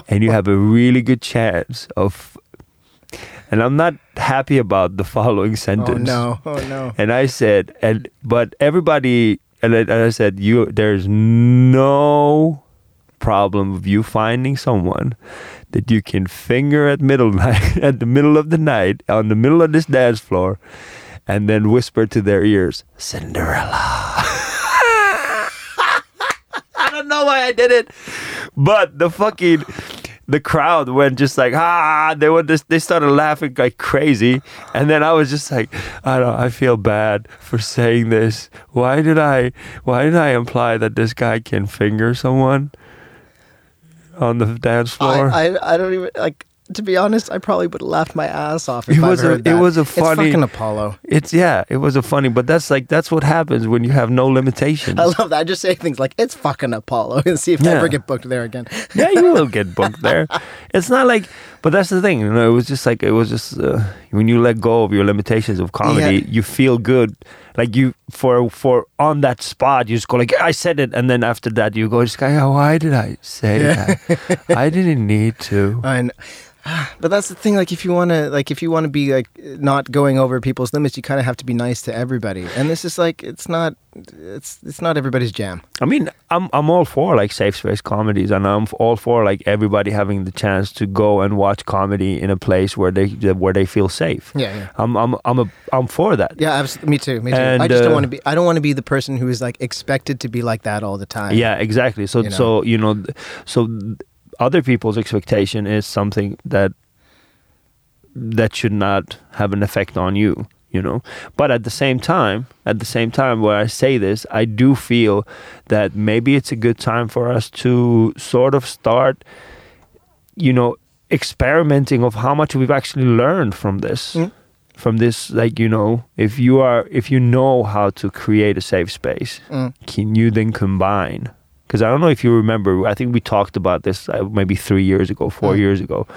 Speaker 1: and you have a really good chance of." And I'm not happy about the following
Speaker 2: Oh
Speaker 1: sentence.
Speaker 2: no. Oh no.
Speaker 1: And I said, and but everybody, and I, and I said, you, there's no problem of you finding someone that you can finger at middle *laughs* night, at the middle of the night, on the middle of this dance floor, and then whisper to their ears, Cinderella. *laughs* I don't know why I did it, but the fucking. The crowd went just like ah. They went just, they started laughing like crazy, and then I was just like, I don't. I feel bad for saying this. Why did I? Why did I imply that this guy can finger someone on the dance floor?
Speaker 2: I, I I don't even like. To be honest, I probably would have laughed my ass off if
Speaker 1: It
Speaker 2: I'd
Speaker 1: was a-
Speaker 2: heard
Speaker 1: it
Speaker 2: that.
Speaker 1: was a
Speaker 2: It's
Speaker 1: funny-
Speaker 2: fucking Apollo. *laughs*
Speaker 1: It's yeah, it was a funny, but that's like that's what happens when you have no limitations.
Speaker 2: I love that. I just say things like "It's fucking Apollo" *laughs* and see if I
Speaker 1: Yeah.
Speaker 2: ever get booked there again.
Speaker 1: yeah, you will get booked there. It's not like, but that's the thing, you know. It was just like it was just uh, when you let go of your limitations of comedy,
Speaker 2: Yeah.
Speaker 1: you feel good. Like you for for on that spot, you just go like I said it, and then after that, you go just like, "Yeah, why did I say that? I didn't need to.
Speaker 2: And *sighs* but that's the thing. Like if you want to, like if you want to be like not going over people's limits, you kind of have to be nice to everybody. And this is like it's not, it's it's not everybody's jam.
Speaker 1: I mean, I'm I'm all for like safe space comedies, and I'm all for like everybody having the chance to go and watch comedy in a place where they where they feel safe.
Speaker 2: Yeah, yeah.
Speaker 1: I'm I'm I'm a, I'm for that.
Speaker 2: Yeah, abs- me too. Me too. I
Speaker 1: And,
Speaker 2: just don't
Speaker 1: uh,
Speaker 2: want to be. I don't want to be the person who is like expected to be like that all the time.
Speaker 1: Yeah, exactly. So
Speaker 2: You know.
Speaker 1: so you know, th- so th- other people's expectation is something that that should not have an effect on you. You know, but at the same time, at the same time, where I say this, I do feel that maybe it's a good time for us to sort of start, you know, experimenting of how much we've actually learned from this.
Speaker 2: Mm.
Speaker 1: From this, like you know, if you are, if you know how to create a safe space,
Speaker 2: Mm.
Speaker 1: can you then combine? Because I don't know if you remember, I think we talked about this uh, maybe three years ago, four
Speaker 2: Mm.
Speaker 1: years ago,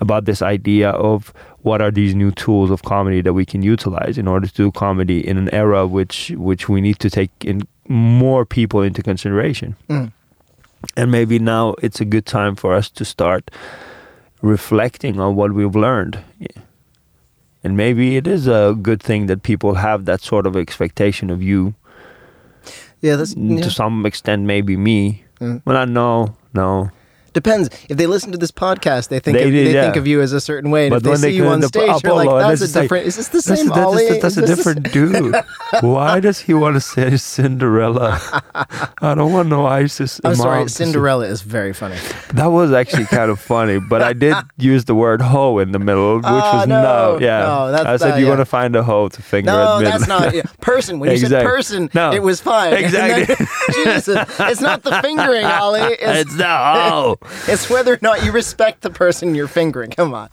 Speaker 1: about this idea of what are these new tools of comedy that we can utilize in order to do comedy in an era which which we need to take in more people into consideration.
Speaker 2: Mm.
Speaker 1: And maybe now it's a good time for us to start reflecting on what we've learned. Yeah. And maybe it is a good thing that people have that sort of expectation of you
Speaker 2: Yeah, that's yeah.
Speaker 1: to some extent, maybe me.
Speaker 2: Mm.
Speaker 1: Well, I know, no.
Speaker 2: depends. If they listen to this podcast, they think
Speaker 1: They
Speaker 2: of,
Speaker 1: did,
Speaker 2: they
Speaker 1: yeah.
Speaker 2: think of you as a certain way, and
Speaker 1: But
Speaker 2: if they
Speaker 1: when
Speaker 2: see
Speaker 1: they
Speaker 2: you
Speaker 1: go in
Speaker 2: on
Speaker 1: the
Speaker 2: stage, you're
Speaker 1: Apollo,
Speaker 2: like, "That's
Speaker 1: this
Speaker 2: a
Speaker 1: is like-
Speaker 2: different. is this the
Speaker 1: That's,
Speaker 2: same
Speaker 1: that's-
Speaker 2: Ollie?
Speaker 1: that's,
Speaker 2: *laughs* Is
Speaker 1: a
Speaker 2: this the
Speaker 1: different dude. Why does he want to say *laughs* Cinderella? I don't want no ISIS.
Speaker 2: I'm
Speaker 1: imam
Speaker 2: sorry,
Speaker 1: to say-
Speaker 2: Cinderella is very funny.
Speaker 1: *laughs* That was actually kind of funny, but I
Speaker 2: *laughs*
Speaker 1: did use the word hoe in the middle, which
Speaker 2: Ah,
Speaker 1: was
Speaker 2: no,
Speaker 1: Yeah,
Speaker 2: no, that's
Speaker 1: I said
Speaker 2: not-
Speaker 1: you
Speaker 2: yeah.
Speaker 1: want to find a hoe to finger
Speaker 2: No,
Speaker 1: at midnight.
Speaker 2: that's not yeah. person. When you said
Speaker 1: Exactly.
Speaker 2: person,
Speaker 1: No.
Speaker 2: it was fine. And then-
Speaker 1: Exactly.
Speaker 2: *laughs* Jesus, it's not the fingering,
Speaker 1: *laughs*
Speaker 2: Ollie. It's,
Speaker 1: *laughs* it's the
Speaker 2: *laughs*
Speaker 1: hoe.
Speaker 2: it's whether or not you respect the person you're fingering. Come on.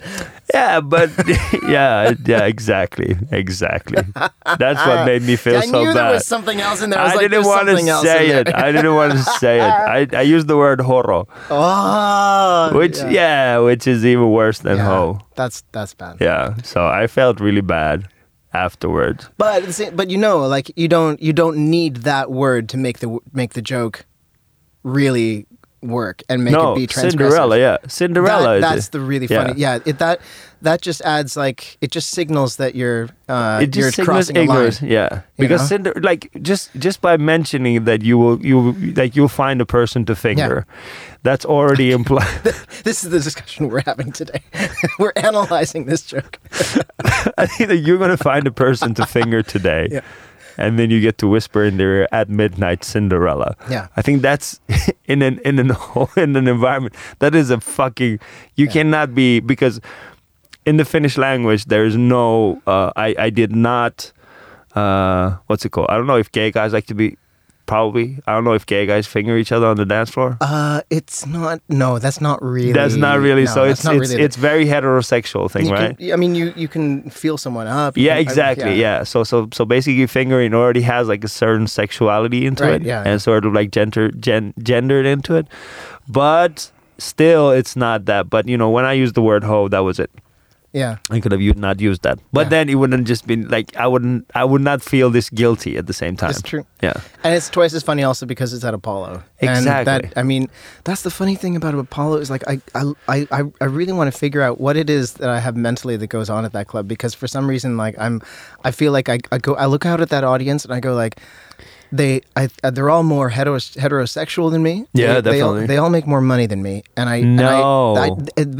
Speaker 1: Yeah, but *laughs* yeah, yeah, exactly, exactly. That's what made me feel
Speaker 2: I
Speaker 1: so
Speaker 2: knew
Speaker 1: bad.
Speaker 2: there was something else in there. I,
Speaker 1: *laughs*
Speaker 2: was
Speaker 1: I
Speaker 2: like,
Speaker 1: didn't
Speaker 2: "There's
Speaker 1: want to
Speaker 2: something else in
Speaker 1: say
Speaker 2: there."
Speaker 1: it. I didn't
Speaker 2: *laughs*
Speaker 1: want to say it. I, I used the word horror,
Speaker 2: Oh,
Speaker 1: which yeah, which is even worse than
Speaker 2: Yeah.
Speaker 1: hoe.
Speaker 2: That's that's bad.
Speaker 1: Yeah. So I felt really bad afterwards.
Speaker 2: But it's- but you know, like you don't you don't need that word to make the make the joke really work and make
Speaker 1: no,
Speaker 2: it be transgressive.
Speaker 1: Cinderella. Yeah,
Speaker 2: That-
Speaker 1: Cinderella. is
Speaker 2: that's
Speaker 1: it.
Speaker 2: the really
Speaker 1: Yeah.
Speaker 2: funny. Yeah, it, that that just adds like it just signals that you're uh,
Speaker 1: It
Speaker 2: you're
Speaker 1: just signals
Speaker 2: crossing a line.
Speaker 1: ignorance, yeah. Because
Speaker 2: know?
Speaker 1: Cinder, like just just by mentioning that you will you like you'll find a person to finger, that's already *laughs* implied.
Speaker 2: *laughs* This is the discussion we're having today. *laughs* we're analyzing this joke. *laughs*
Speaker 1: I think that you're gonna find a person to finger today,
Speaker 2: *laughs* Yeah.
Speaker 1: and then you get to whisper in their ear at midnight, Cinderella.
Speaker 2: Yeah.
Speaker 1: I think that's *laughs* in an in an *laughs* in an environment that is a fucking. You cannot be because in the Finnish language there is no. Uh, I I did not. Uh, what's it called? I don't know if gay guys like to be. Probably, I don't know if gay guys finger each other on the dance floor.
Speaker 2: Uh, it's not. No, that's not really.
Speaker 1: that's not really.
Speaker 2: no,
Speaker 1: so
Speaker 2: that's
Speaker 1: it's
Speaker 2: not
Speaker 1: it's,
Speaker 2: really the-
Speaker 1: it's very heterosexual thing,
Speaker 2: you
Speaker 1: right?
Speaker 2: Can, I mean, you you can feel someone up. you
Speaker 1: Yeah,
Speaker 2: can- I-
Speaker 1: exactly. yeah. So so so basically, fingering already has like a certain sexuality into
Speaker 2: Right,
Speaker 1: it,
Speaker 2: yeah,
Speaker 1: and
Speaker 2: yeah.
Speaker 1: sort of like gender gen, gendered into it, but still, it's not that. But you know, when I used the word "hoe," that was it.
Speaker 2: yeah.
Speaker 1: I could have u- not used that, but
Speaker 2: Yeah.
Speaker 1: then it wouldn't just been like I wouldn't. I would not feel this guilty at the same time.
Speaker 2: It's true.
Speaker 1: Yeah.
Speaker 2: And it's twice as funny also because it's at Apollo. And
Speaker 1: Exactly.
Speaker 2: that, I mean, that's the funny thing about Apollo is like I I, I, I- I really want to figure out what it is that I have mentally that goes on at that club because for some reason like I'm I feel like I, I go I look out at that audience and I go like they I, uh, they're all more heteros, heterosexual than me.
Speaker 1: Yeah,
Speaker 2: they, they all- They
Speaker 1: definitely.
Speaker 2: all, make more money than me and I and I-
Speaker 1: No.
Speaker 2: I,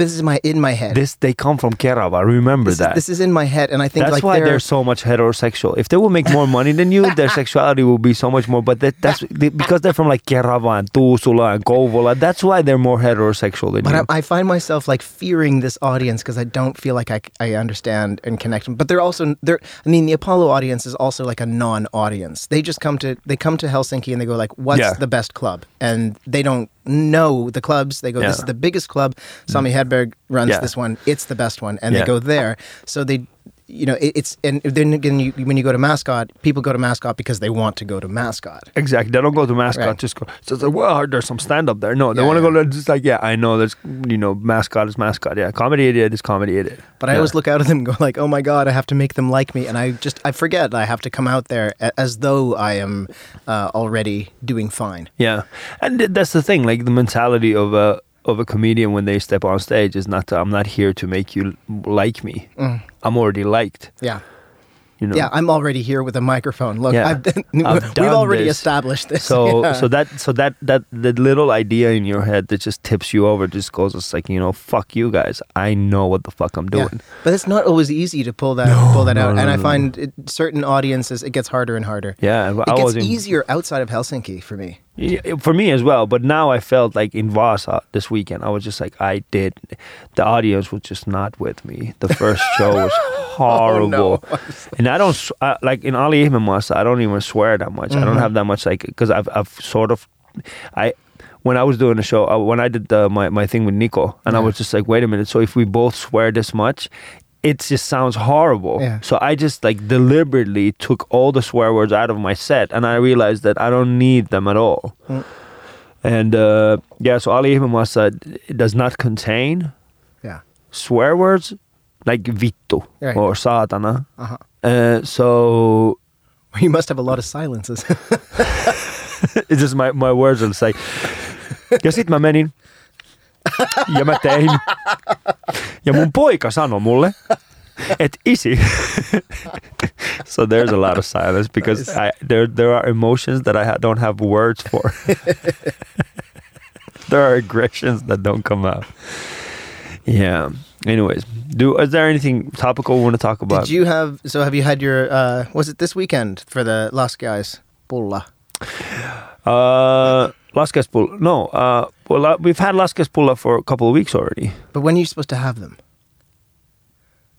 Speaker 2: this is my in my head.
Speaker 1: This they come from Kerala. I remember
Speaker 2: this, is,
Speaker 1: that.
Speaker 2: this is in my head and I think
Speaker 1: that's
Speaker 2: like
Speaker 1: why
Speaker 2: they're,
Speaker 1: they're, so much heterosexual. If they will make more money than you,
Speaker 2: *laughs*
Speaker 1: their sexuality will be so much more. But that, that's they, because they're from like Kerava and Tuusula and Kouvola. That's why they're more heterosexual than you.
Speaker 2: But I, I find myself like fearing this audience because I don't feel like I, I understand and connect. But they're also they're I mean the Apollo audience is also like a non-audience. They just come to they come to Helsinki and they go like, what's
Speaker 1: Yeah.
Speaker 2: the best club? And they don't know the clubs. They go, this
Speaker 1: Yeah. Mm.
Speaker 2: is the biggest club. Sami Hedberg runs
Speaker 1: Yeah.
Speaker 2: this one. It's the best one, and they
Speaker 1: Yeah.
Speaker 2: go there. So they. You know, it, it's and then again, you, when you go to mascot, people go to mascot because they want to go to mascot.
Speaker 1: Exactly. They don't go to mascot.
Speaker 2: Right.
Speaker 1: Just go. So it's like, well, there's some stand up there. No, they
Speaker 2: Yeah,
Speaker 1: want to
Speaker 2: yeah.
Speaker 1: go to just like, yeah, I know. There's you know, mascot is mascot. Yeah, comedy idiot is comedy idiot.
Speaker 2: But I
Speaker 1: Yeah.
Speaker 2: always look out at them and go *laughs* like, "Oh my god, I have to make them like me," and I just I forget I have to come out there a- as though I am uh, already doing fine.
Speaker 1: Yeah, and th- that's the thing. Like the mentality of a of a comedian when they step on stage is not. To, I'm not here to make you l- like me. I'm already liked.
Speaker 2: Yeah,
Speaker 1: You know.
Speaker 2: Mm. yeah, I'm already here with a microphone. Look,
Speaker 1: Yeah.
Speaker 2: I've, been, *laughs*
Speaker 1: I've
Speaker 2: we've
Speaker 1: done
Speaker 2: already
Speaker 1: this.
Speaker 2: established this.
Speaker 1: So
Speaker 2: *laughs* Yeah.
Speaker 1: so that so that that the little idea in your head that just tips you over just goes it's like you know fuck you guys I know what the fuck I'm
Speaker 2: Yeah.
Speaker 1: doing.
Speaker 2: But it's not always easy to pull that pull that
Speaker 1: no,
Speaker 2: out,
Speaker 1: no,
Speaker 2: and I
Speaker 1: no,
Speaker 2: find it, certain audiences it gets harder and harder.
Speaker 1: Yeah, and I
Speaker 2: it gets
Speaker 1: was in-
Speaker 2: easier outside of Helsinki for me.
Speaker 1: Yeah, for me as well. But now I felt like in Vasa this weekend I was just like I did. The audience was just not with me. The first show
Speaker 2: *laughs*
Speaker 1: was
Speaker 2: Oh,
Speaker 1: horrible, *laughs* and I don't s- I, like in Ali Masa. I don't even swear that much. I don't have that much like because I've I've sort of I. When I was doing the show, uh, when I did the, my, my thing with Nico, and I was just like, wait a minute. So if we both swear this much, it just sounds horrible.
Speaker 2: Yeah.
Speaker 1: So I just like deliberately took all the swear words out of my set, and I realized that I don't need them at all. And uh, yeah, so Ali Ibn Masa does not contain
Speaker 2: Yeah, *laughs*
Speaker 1: swear words like vittu
Speaker 2: Right.
Speaker 1: or satana.
Speaker 2: Uh-huh.
Speaker 1: Uh, so *laughs*
Speaker 2: You must have a lot of silences. *laughs*
Speaker 1: it's just my, my words will *laughs* say, ja sit mä menin. Ja mä tein. Ja mun poika sanoi mulle, että isi. *laughs* so there's a lot of silence because I, there, there are emotions that I ha- don't have words for.
Speaker 2: *laughs*
Speaker 1: there are aggressions that don't come out. Yeah. Anyways, do is there anything topical we want to talk about?
Speaker 2: Did you have? So have you had your? Uh, was it this weekend for the Las Guys Bulla?
Speaker 1: Uh, Laskas Pulla. No. Uh, well, uh, we've had Laskas Pulla for a couple of weeks already.
Speaker 2: But when are you supposed to have them?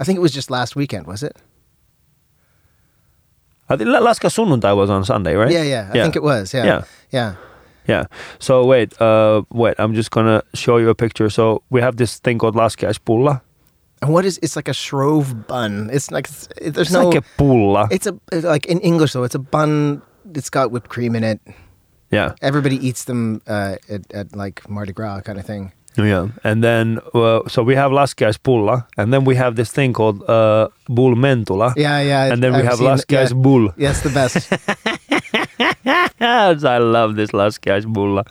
Speaker 2: I think it was just last weekend, was it?
Speaker 1: I think La- Laskas Sunnuntai was on Sunday, right?
Speaker 2: Yeah, yeah. I think it was. Yeah.
Speaker 1: Yeah.
Speaker 2: Yeah.
Speaker 1: Yeah. So wait, uh, wait. I'm just gonna show you a picture. So we have this thing called Laskas Pulla.
Speaker 2: And what is? It's like a shrove bun. It's like it's- there's
Speaker 1: It's
Speaker 2: no.
Speaker 1: like a pulla.
Speaker 2: it's a it's like in English though. It's a bun. It's got whipped cream in it.
Speaker 1: yeah.
Speaker 2: Everybody eats them uh, at, at like Mardi Gras kind of thing.
Speaker 1: Yeah. And then uh, so we have Laskas Pulla, and then we have this thing called uh, Bull Mentula.
Speaker 2: Yeah, yeah.
Speaker 1: And then we
Speaker 2: I've
Speaker 1: have
Speaker 2: seen-
Speaker 1: Laskas
Speaker 2: yeah.
Speaker 1: Bull.
Speaker 2: Yeah, it's the
Speaker 1: *laughs*
Speaker 2: best.
Speaker 1: Yes, I love this Laskas Pulla.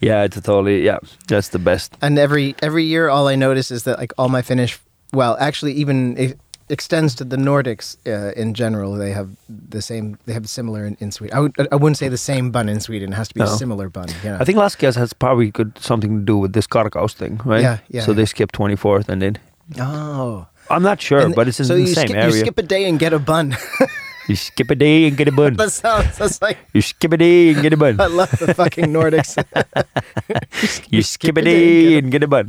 Speaker 1: Yeah, it's totally. Yeah, that's the best.
Speaker 2: and every every year all i notice is that like all my finnish well actually even it extends to the nordics uh, in general they have the same they have similar in, in sweden I, would, I wouldn't say the same bun in sweden it has to be
Speaker 1: No.
Speaker 2: a similar bun you know?
Speaker 1: I think Laskas has probably got something to do with this Karkaus thing, right?
Speaker 2: Yeah, yeah,
Speaker 1: So
Speaker 2: yeah.
Speaker 1: they skipped 24th and then.
Speaker 2: oh
Speaker 1: I'm not sure,
Speaker 2: And-
Speaker 1: but it's in
Speaker 2: so
Speaker 1: the
Speaker 2: you
Speaker 1: same
Speaker 2: skip,
Speaker 1: area.
Speaker 2: you skip a day and get a bun *laughs*
Speaker 1: You skip a day and get a bun.
Speaker 2: that sounds that's like
Speaker 1: You skip a day and get a
Speaker 2: *laughs*
Speaker 1: bun.
Speaker 2: i love the fucking
Speaker 1: *laughs*
Speaker 2: nordics
Speaker 1: You skip a day and get a bun.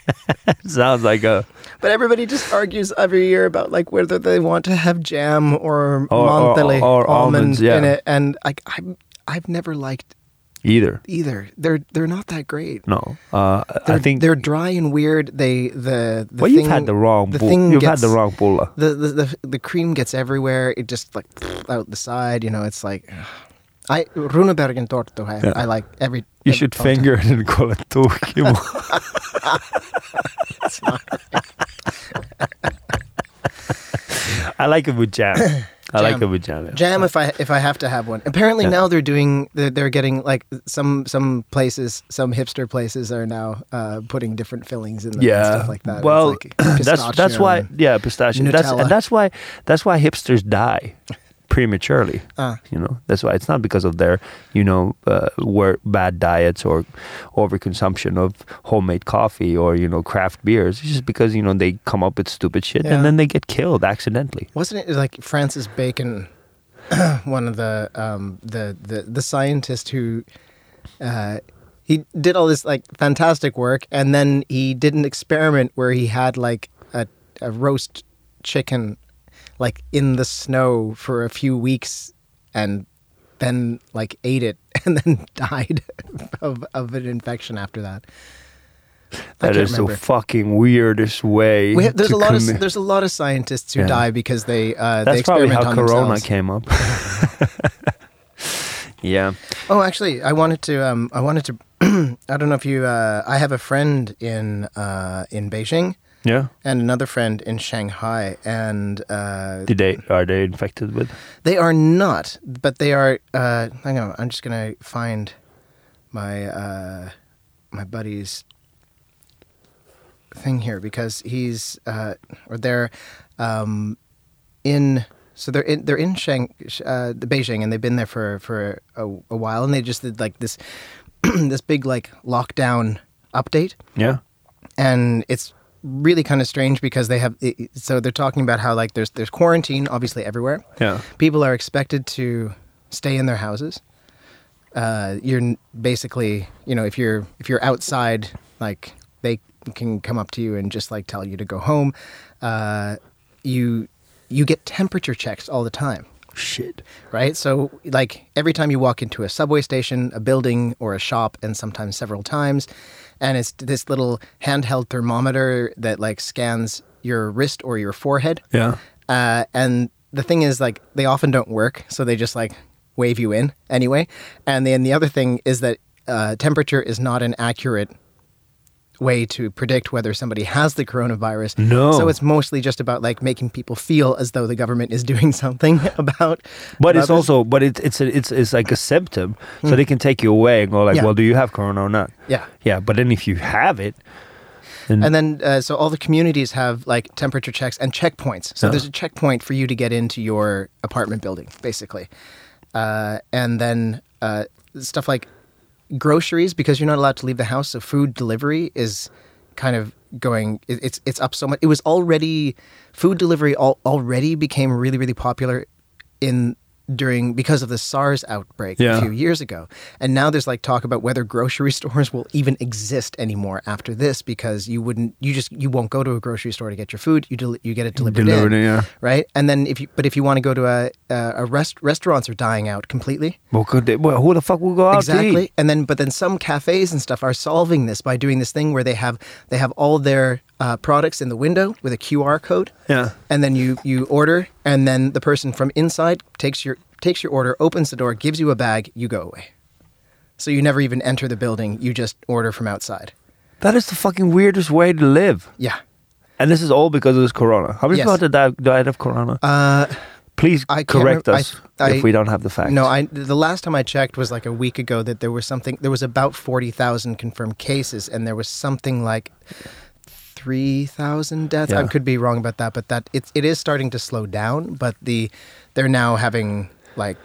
Speaker 1: *laughs* Sounds like a
Speaker 2: but everybody just argues every year about like whether they want to have jam or,
Speaker 1: Or- or-
Speaker 2: mantele
Speaker 1: or almonds,
Speaker 2: almond in
Speaker 1: yeah.
Speaker 2: it and like i'm I've never liked
Speaker 1: either.
Speaker 2: either. They're they're not that great.
Speaker 1: No, uh,
Speaker 2: They're,
Speaker 1: I think.
Speaker 2: they're dry and weird. They the, the
Speaker 1: well,
Speaker 2: thing,
Speaker 1: you've had the wrong.
Speaker 2: the
Speaker 1: bull-
Speaker 2: thing
Speaker 1: you've
Speaker 2: gets,
Speaker 1: had the wrong pulla.
Speaker 2: The, the the the cream gets everywhere. It just like out the side. You know, it's like *sighs* I Runebergen torto. I,
Speaker 1: Yeah.
Speaker 2: I like every.
Speaker 1: You
Speaker 2: every-
Speaker 1: should
Speaker 2: all the time.
Speaker 1: finger it and call it
Speaker 2: *laughs*
Speaker 1: tuhkimo. *laughs* I like it with jam. I like
Speaker 2: Jam.
Speaker 1: it with jam. yeah.
Speaker 2: jam if I if I have to have one. Apparently
Speaker 1: Yeah.
Speaker 2: now they're doing they're, they're getting like some some places some hipster places are now uh, putting different fillings in them and
Speaker 1: Yeah.
Speaker 2: stuff like that. It's
Speaker 1: Well, *clears throat*
Speaker 2: like
Speaker 1: that's that's
Speaker 2: pistachio
Speaker 1: why.
Speaker 2: and-
Speaker 1: Yeah, pistachio. That's and
Speaker 2: Nutella.
Speaker 1: that's why that's why hipsters
Speaker 2: *laughs*
Speaker 1: die prematurely.
Speaker 2: Ah.
Speaker 1: You know, that's why it's not because of their, you know, uh, wor- bad diets or overconsumption of homemade coffee or you know craft beers. It's just because you know they come up with stupid shit
Speaker 2: Yeah.
Speaker 1: and then they get killed accidentally.
Speaker 2: wasn't it like Francis Bacon, *clears throat* one of the um, the the the scientist who uh, he did all this like fantastic work, and then he did an experiment where he had like a, a roast chicken like in the snow for a few weeks, and then like ate it *laughs* and then died *laughs* of of an infection after that. I
Speaker 1: That
Speaker 2: can't
Speaker 1: is
Speaker 2: remember.
Speaker 1: the fucking weirdest way.
Speaker 2: We have, there's
Speaker 1: to
Speaker 2: a lot of
Speaker 1: commit-
Speaker 2: there's a lot of scientists who
Speaker 1: Yeah.
Speaker 2: die because they uh, they
Speaker 1: That's probably
Speaker 2: experiment
Speaker 1: how
Speaker 2: on
Speaker 1: Corona
Speaker 2: themselves.
Speaker 1: came up. *laughs* yeah.
Speaker 2: Oh, actually, I wanted to. *clears throat* Um, I wanted to. I don't know if you. Uh, I have a friend in uh, in Beijing
Speaker 1: Yeah.
Speaker 2: and another friend in Shanghai, and uh,
Speaker 1: Did they are they infected with?
Speaker 2: they are not, but they are. Uh, hang on, I'm just gonna find my uh, my buddy's thing here because he's uh, or they're um, in. So they're in they're in Shang, uh, Beijing and they've been there for for a, a while and they just did like this *clears throat* this big like lockdown update
Speaker 1: Yeah.
Speaker 2: and it's really kind of strange because they have it- so they're talking about how like there's there's quarantine obviously everywhere
Speaker 1: Yeah.
Speaker 2: people are expected to stay in their houses. Uh, you're n- basically, you know, if you're if you're outside, like they can come up to you and just like tell you to go home. Uh, you you get temperature checks all the time,
Speaker 1: Shit.
Speaker 2: right? So like every time you walk into a subway station, a building, or a shop, and sometimes several times, and it's this little handheld thermometer that like scans your wrist or your forehead.
Speaker 1: Yeah.
Speaker 2: Uh, and the thing is, like, they often don't work, so they just like wave you in anyway. And then the other thing is that uh, temperature is not an accurate way to predict whether somebody has the coronavirus.
Speaker 1: No.
Speaker 2: So it's mostly just about like making people feel as though the government is doing *laughs* something
Speaker 1: But
Speaker 2: about.
Speaker 1: it's
Speaker 2: about this.
Speaker 1: also, but it's it's a, it's it's like a symptom, so they can take you away and go like,
Speaker 2: Hmm. Yeah.
Speaker 1: well, do you have corona or not?
Speaker 2: yeah.
Speaker 1: Yeah, but then if you have it, then
Speaker 2: And then, uh, so all the communities have like temperature checks and checkpoints. So
Speaker 1: Yeah.
Speaker 2: there's a checkpoint for you to get into your apartment building, basically. Uh, and then uh, stuff like groceries, because you're not allowed to leave the house. So food delivery is kind of going. It, it's it's up so much. It was already food delivery al- already became really really popular in during because of the SARS outbreak
Speaker 1: Yeah.
Speaker 2: a few years ago. And now there's like talk about whether grocery *laughs* stores will even exist anymore after this because you wouldn't you just you won't go to a grocery store to get your food. You del- you get it delivered,
Speaker 1: Delivered
Speaker 2: in,
Speaker 1: in, yeah.
Speaker 2: right? And then if you but if you want to go to a a, a rest restaurants are dying out completely.
Speaker 1: well, could they, well, who the fuck will go out to eat?
Speaker 2: Exactly. And then but then some cafes and stuff are solving this by doing this thing where they have they have all their uh, products in the window with a QR code
Speaker 1: Yeah.
Speaker 2: and then you you order and then the person from inside takes your takes your order opens the door gives you a bag you go away so you never even enter the building you just order from outside
Speaker 1: That is the fucking weirdest way to live.
Speaker 2: yeah
Speaker 1: And this is all because of this corona. How many
Speaker 2: Yes.
Speaker 1: people have died, died of corona?
Speaker 2: uh
Speaker 1: Please
Speaker 2: I can't
Speaker 1: correct
Speaker 2: remember- I-
Speaker 1: us
Speaker 2: I-
Speaker 1: if we don't have the facts.
Speaker 2: no i the last time i checked was like a week ago that there was something there was about 40,000 confirmed cases and there was something like 3,000 deaths i
Speaker 1: Yeah.
Speaker 2: could be wrong about that but that it, it is starting to slow down but the they're now having like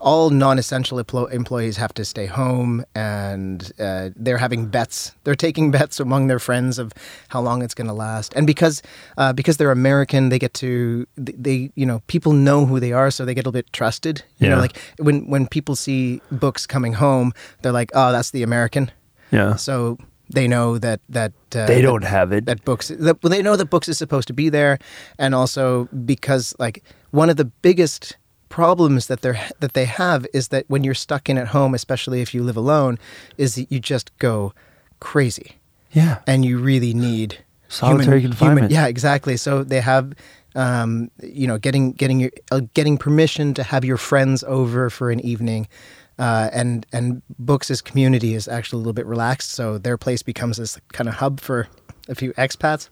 Speaker 2: all non-essential emplo- employees have to stay home and uh, they're having bets they're taking bets among their friends of how long it's going to last and because uh, because they're american they get to they, they you know people know who they are so they get a little bit trusted you know
Speaker 1: Yeah.
Speaker 2: like when when people see books coming home they're like oh that's the american
Speaker 1: yeah.
Speaker 2: so they know that that uh,
Speaker 1: They
Speaker 2: that-
Speaker 1: don't have it.
Speaker 2: that books that, well, they know that books is supposed to be there and also because like one of the biggest problems that they're that they have is that when you're stuck in at home especially if you live alone is that you just go crazy
Speaker 1: yeah.
Speaker 2: and you really need
Speaker 1: Solitary confinement.
Speaker 2: yeah, exactly. So they have, um, you know, getting getting your uh, getting permission to have your friends over for an evening, uh, and and books as community is actually a little bit relaxed. So their place becomes this kind of hub for a few expats.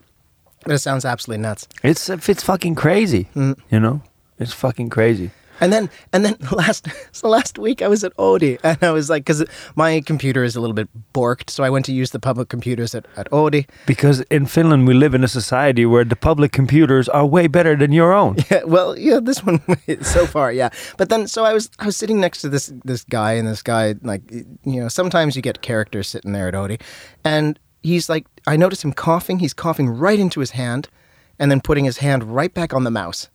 Speaker 2: But it sounds absolutely nuts.
Speaker 1: It's it's fucking crazy.
Speaker 2: Hmm.
Speaker 1: You know, it's fucking crazy.
Speaker 2: And then, and then *laughs* the last, so last week I was at Odie and I was like, because my computer is a little bit borked, so I went to use the public computers at, at Odie.
Speaker 1: Because in Finland we live in a society where the public computers are way better than your own.
Speaker 2: Yeah, *laughs* well, yeah, this one so far, yeah. But then, so I was I was sitting next to this this guy, and this guy, like, you know, sometimes you get characters sitting there at Odie, and he's like, I noticed him coughing. He's coughing right into his hand, and then putting his hand right back on the mouse.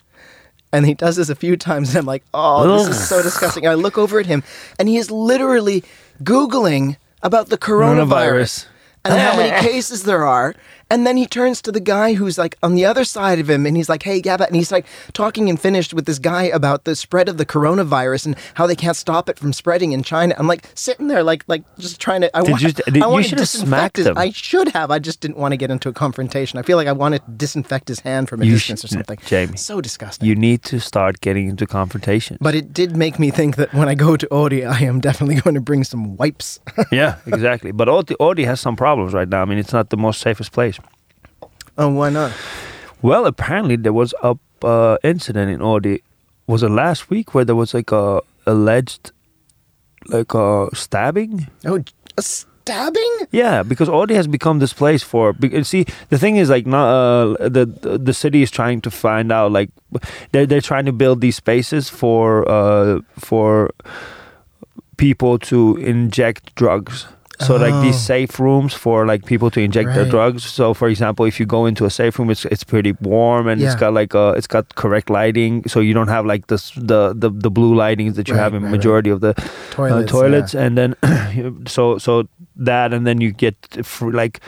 Speaker 2: And he does this a few times, and I'm like, oh, this is so disgusting. I look over at him, and he is literally googling about the coronavirus
Speaker 1: Coronavirus.
Speaker 2: and how many
Speaker 1: *laughs*
Speaker 2: cases there are. And then he turns to the guy who's like on the other side of him and he's like, hey, Gabba. And he's like talking in Finnish with this guy about the spread of the coronavirus and how they can't stop it from spreading in China. I'm like sitting there, like, like just trying to. I
Speaker 1: Did
Speaker 2: wa-
Speaker 1: you- did-
Speaker 2: I
Speaker 1: you
Speaker 2: wanna
Speaker 1: should have
Speaker 2: disinfect
Speaker 1: smacked
Speaker 2: his-
Speaker 1: him.
Speaker 2: I should have. I just didn't want to get into a confrontation. I feel like I want to disinfect his hand from a
Speaker 1: You
Speaker 2: distance or
Speaker 1: should-
Speaker 2: something.
Speaker 1: Jamie,
Speaker 2: So disgusting.
Speaker 1: You need to start getting into confrontation.
Speaker 2: but it did make me think that when I go to Odi, I am definitely *laughs* going to bring some wipes. *laughs*
Speaker 1: yeah, *laughs* exactly. But Audi, Audi has some problems right now. I mean, it's not the most safest place.
Speaker 2: oh, why not?
Speaker 1: Well, apparently there was a uh, incident in Audi. Was it last week where there was like a alleged like a stabbing?
Speaker 2: Oh, j- a stabbing?
Speaker 1: Yeah, because Audi has become this place for. be- and See, the thing is, like, not, uh, the the- the city is trying to find out, like, they're they're trying to build these spaces for uh for people to inject drugs. So like these
Speaker 2: Oh.
Speaker 1: safe rooms for like people to inject their
Speaker 2: Right.
Speaker 1: drugs. So for example, if you go into a safe room, it's it's pretty warm and it's
Speaker 2: Yeah.
Speaker 1: got like uh it's got correct lighting, so you don't have like this the the, the blue lightings that you
Speaker 2: Right,
Speaker 1: have in
Speaker 2: right, right.
Speaker 1: majority of the
Speaker 2: Toilets,
Speaker 1: uh, toilets
Speaker 2: yeah.
Speaker 1: and then *clears throat* so so that and then you get fr- like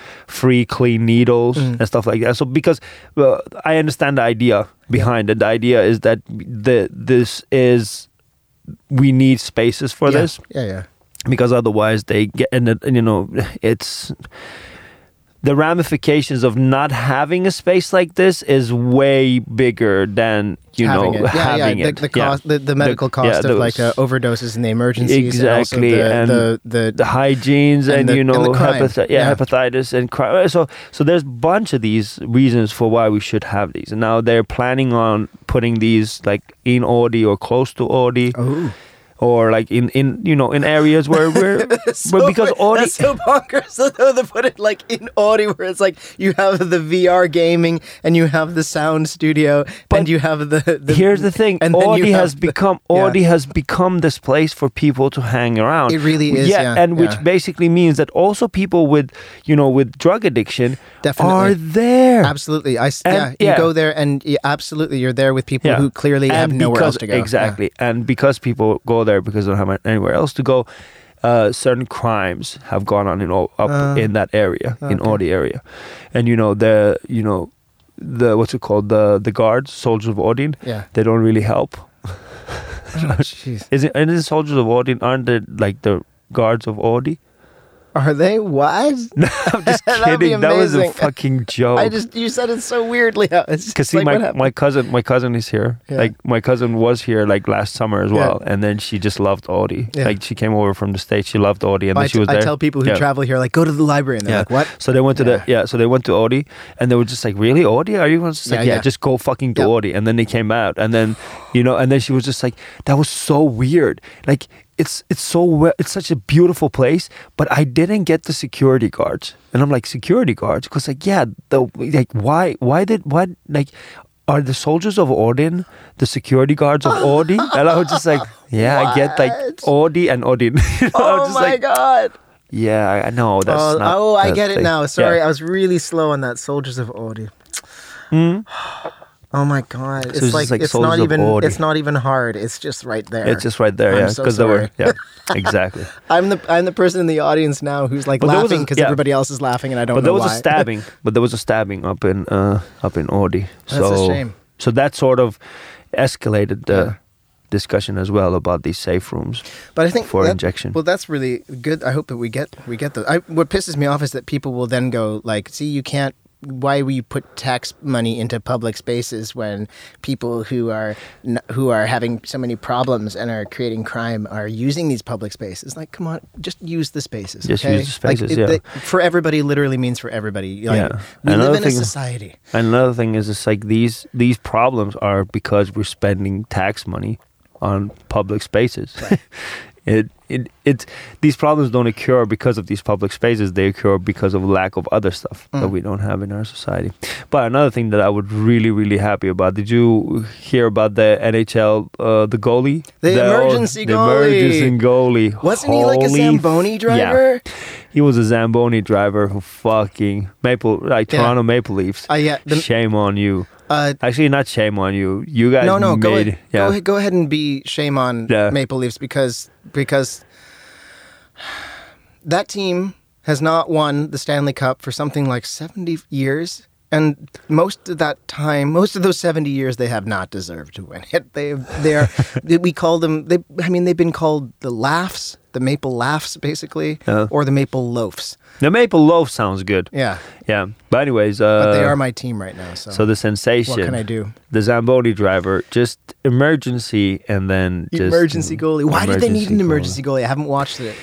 Speaker 1: free clean needles
Speaker 2: Mm.
Speaker 1: and stuff like that so because well, i understand the idea behind it the idea is that the this is we need spaces for
Speaker 2: yeah.
Speaker 1: this
Speaker 2: Yeah, yeah.
Speaker 1: because otherwise they get and it- and, you know it's the ramifications of not having a space like this is way bigger than you
Speaker 2: having
Speaker 1: know
Speaker 2: it. Yeah,
Speaker 1: having
Speaker 2: yeah.
Speaker 1: it.
Speaker 2: The, the cost, The, the medical cost
Speaker 1: yeah,
Speaker 2: of
Speaker 1: those-
Speaker 2: like uh, overdoses and the emergencies.
Speaker 1: Exactly, and
Speaker 2: And, also the, the, *laughs*
Speaker 1: the hygienes and,
Speaker 2: And the-
Speaker 1: you
Speaker 2: and the
Speaker 1: know
Speaker 2: crime.
Speaker 1: hepathi- yeah,
Speaker 2: Yeah.
Speaker 1: hepatitis and crime. Uh, So so there's a bunch of these reasons for why we should have these. And now they're planning on putting these like in Audi or close to Audi
Speaker 2: oh,
Speaker 1: or like in in you know in areas where
Speaker 2: *laughs*
Speaker 1: we're but because Audi
Speaker 2: that's so bonkers *laughs* though to put it like in Audi, where it's like you have the VR gaming and you have the sound studio and
Speaker 1: But
Speaker 2: you have the, the
Speaker 1: Here's the thing.
Speaker 2: and then
Speaker 1: Audi
Speaker 2: you
Speaker 1: has
Speaker 2: have the-
Speaker 1: become
Speaker 2: yeah.
Speaker 1: Audi has become this place for people to hang around.
Speaker 2: *laughs* It really is, yeah,
Speaker 1: and which
Speaker 2: yeah.
Speaker 1: basically means that also people with you know with drug addiction
Speaker 2: Definitely.
Speaker 1: are there.
Speaker 2: Absolutely, I s
Speaker 1: And-
Speaker 2: yeah, You
Speaker 1: yeah.
Speaker 2: go there, and yeah, absolutely, you're there with people
Speaker 1: Yeah.
Speaker 2: who clearly
Speaker 1: And
Speaker 2: have nowhere
Speaker 1: because-
Speaker 2: else to go. Yeah. *laughs*
Speaker 1: Exactly. And because people go there because they don't have anywhere else to go, uh, certain crimes have gone on in all, up
Speaker 2: Uh,
Speaker 1: in that area, in
Speaker 2: okay.
Speaker 1: Audi area, and you know the you know the what's it called the the guards soldiers of Odin
Speaker 2: Yeah.
Speaker 1: they don't really help.
Speaker 2: Oh, Jeez.
Speaker 1: Is it and the soldiers of Odin aren't they like the guards of
Speaker 2: *laughs*
Speaker 1: Audi?
Speaker 2: Are they what?
Speaker 1: I'm just
Speaker 2: That'd
Speaker 1: *laughs*
Speaker 2: be
Speaker 1: kidding. That was a
Speaker 2: amazing.
Speaker 1: fucking joke.
Speaker 2: *laughs* I just you said it so weirdly. *laughs* It's just
Speaker 1: Oh, Cause see,
Speaker 2: like, what
Speaker 1: my,
Speaker 2: happened?
Speaker 1: my cousin, my cousin is here.
Speaker 2: Yeah.
Speaker 1: Like my cousin was here like last summer as
Speaker 2: Yeah.
Speaker 1: well, and then she just loved Audi.
Speaker 2: Yeah.
Speaker 1: Like she came over from the states, she loved Audi, and
Speaker 2: I
Speaker 1: then she was
Speaker 2: I
Speaker 1: there.
Speaker 2: tell people who
Speaker 1: Yeah.
Speaker 2: travel here, like, go to the library, and they're
Speaker 1: Yeah.
Speaker 2: like, *laughs* what?
Speaker 1: So they went to the
Speaker 2: Yeah.
Speaker 1: yeah. So they went to Audi, and they were just like, "Really, Audi? Are you?" I was just like,
Speaker 2: Yeah,
Speaker 1: yeah,
Speaker 2: yeah.
Speaker 1: just go fucking to
Speaker 2: Yep.
Speaker 1: Audi. And then they came out, and then you know, and then she was just like, "That was so weird. Like it's it's so we- it's such a beautiful place, but I didn't get the security guards." And I'm like, "Security guards?" Because like, yeah, the like why why did why like. Are the soldiers of Odin the security guards of
Speaker 2: *laughs*
Speaker 1: Audi? And I was just like, yeah, I get like
Speaker 2: What?
Speaker 1: Audi *laughs* and Odin. You know, I was
Speaker 2: Oh
Speaker 1: just
Speaker 2: my
Speaker 1: like,
Speaker 2: god!
Speaker 1: yeah, I- I know that's
Speaker 2: Oh,
Speaker 1: not.
Speaker 2: oh, I
Speaker 1: that's
Speaker 2: get it
Speaker 1: like-
Speaker 2: now.
Speaker 1: yeah.
Speaker 2: Sorry, I was really slow on that. Soldiers of Audi. *sighs* Oh my god! It's,
Speaker 1: it's
Speaker 2: like,
Speaker 1: just like
Speaker 2: it's
Speaker 1: Hmm? Soldiers
Speaker 2: not
Speaker 1: of
Speaker 2: even
Speaker 1: Audi.
Speaker 2: it's not even hard. It's just right there.
Speaker 1: It's just right there,
Speaker 2: I'm
Speaker 1: yeah.
Speaker 2: so
Speaker 1: Because they were,
Speaker 2: sorry.
Speaker 1: yeah,
Speaker 2: *laughs*
Speaker 1: exactly.
Speaker 2: I'm the I'm the person in the audience now who's like
Speaker 1: But there was a-
Speaker 2: laughing because
Speaker 1: yeah.
Speaker 2: everybody else is laughing and I don't
Speaker 1: but
Speaker 2: know
Speaker 1: there was
Speaker 2: why.
Speaker 1: a stabbing. but there was a stabbing up in uh, up in Audi.
Speaker 2: That's a
Speaker 1: so,
Speaker 2: shame.
Speaker 1: So that sort of escalated the discussion as well about these safe rooms.
Speaker 2: But I think
Speaker 1: for
Speaker 2: that-
Speaker 1: injection.
Speaker 2: Well, that's really good. I hope that we get we get those. I, what pisses me off is that people will then go like, "See, you can't. Why we put tax money into public spaces when people who are n- who are having so many problems and are creating crime are using these public spaces? Like, come on, just use the spaces.
Speaker 1: Just
Speaker 2: okay?
Speaker 1: use the
Speaker 2: Like,
Speaker 1: spaces,
Speaker 2: it-
Speaker 1: yeah.
Speaker 2: that- for everybody, literally means for everybody. Like,
Speaker 1: Yeah.
Speaker 2: We live
Speaker 1: Another
Speaker 2: in a
Speaker 1: thing-
Speaker 2: society.
Speaker 1: And another thing is, it's like these these problems are because we're spending tax money on public spaces. *laughs* it it it's these problems don't occur because of these public spaces. They occur because of lack of other stuff that
Speaker 2: Mm.
Speaker 1: we don't have in our society. But another thing that I was really really happy about. Did you hear about the NHL uh, the goalie?
Speaker 2: The
Speaker 1: oh,
Speaker 2: emergency
Speaker 1: the
Speaker 2: goalie.
Speaker 1: emergency goalie.
Speaker 2: Wasn't he like a
Speaker 1: Holy
Speaker 2: Zamboni driver?
Speaker 1: Yeah. He was a Zamboni driver who fucking Maple like
Speaker 2: Yeah.
Speaker 1: Toronto Maple Leafs.
Speaker 2: Uh, yeah, the-
Speaker 1: shame on you.
Speaker 2: Uh,
Speaker 1: Actually, not shame on you. You guys
Speaker 2: no, no,
Speaker 1: made
Speaker 2: go ahead,
Speaker 1: yeah.
Speaker 2: go ahead, go ahead and be shame on
Speaker 1: Yeah.
Speaker 2: Maple Leafs because because that team has not won the Stanley Cup for something like seventy years, and most of that time, most of those seventy years, they have not deserved to win it. They they are *laughs* we call them. They I mean they've been called the laughs, the Maple laughs, basically,
Speaker 1: Yeah.
Speaker 2: or the Maple loafs.
Speaker 1: The Maple Loaf sounds good.
Speaker 2: Yeah,
Speaker 1: Yeah. But anyways, uh,
Speaker 2: but they are my team right now. So,
Speaker 1: so the sensation.
Speaker 2: what can I do?
Speaker 1: The Zamboni driver, just emergency, and then just
Speaker 2: emergency goalie. Why did they need an
Speaker 1: goalie.
Speaker 2: emergency goalie? I haven't watched it.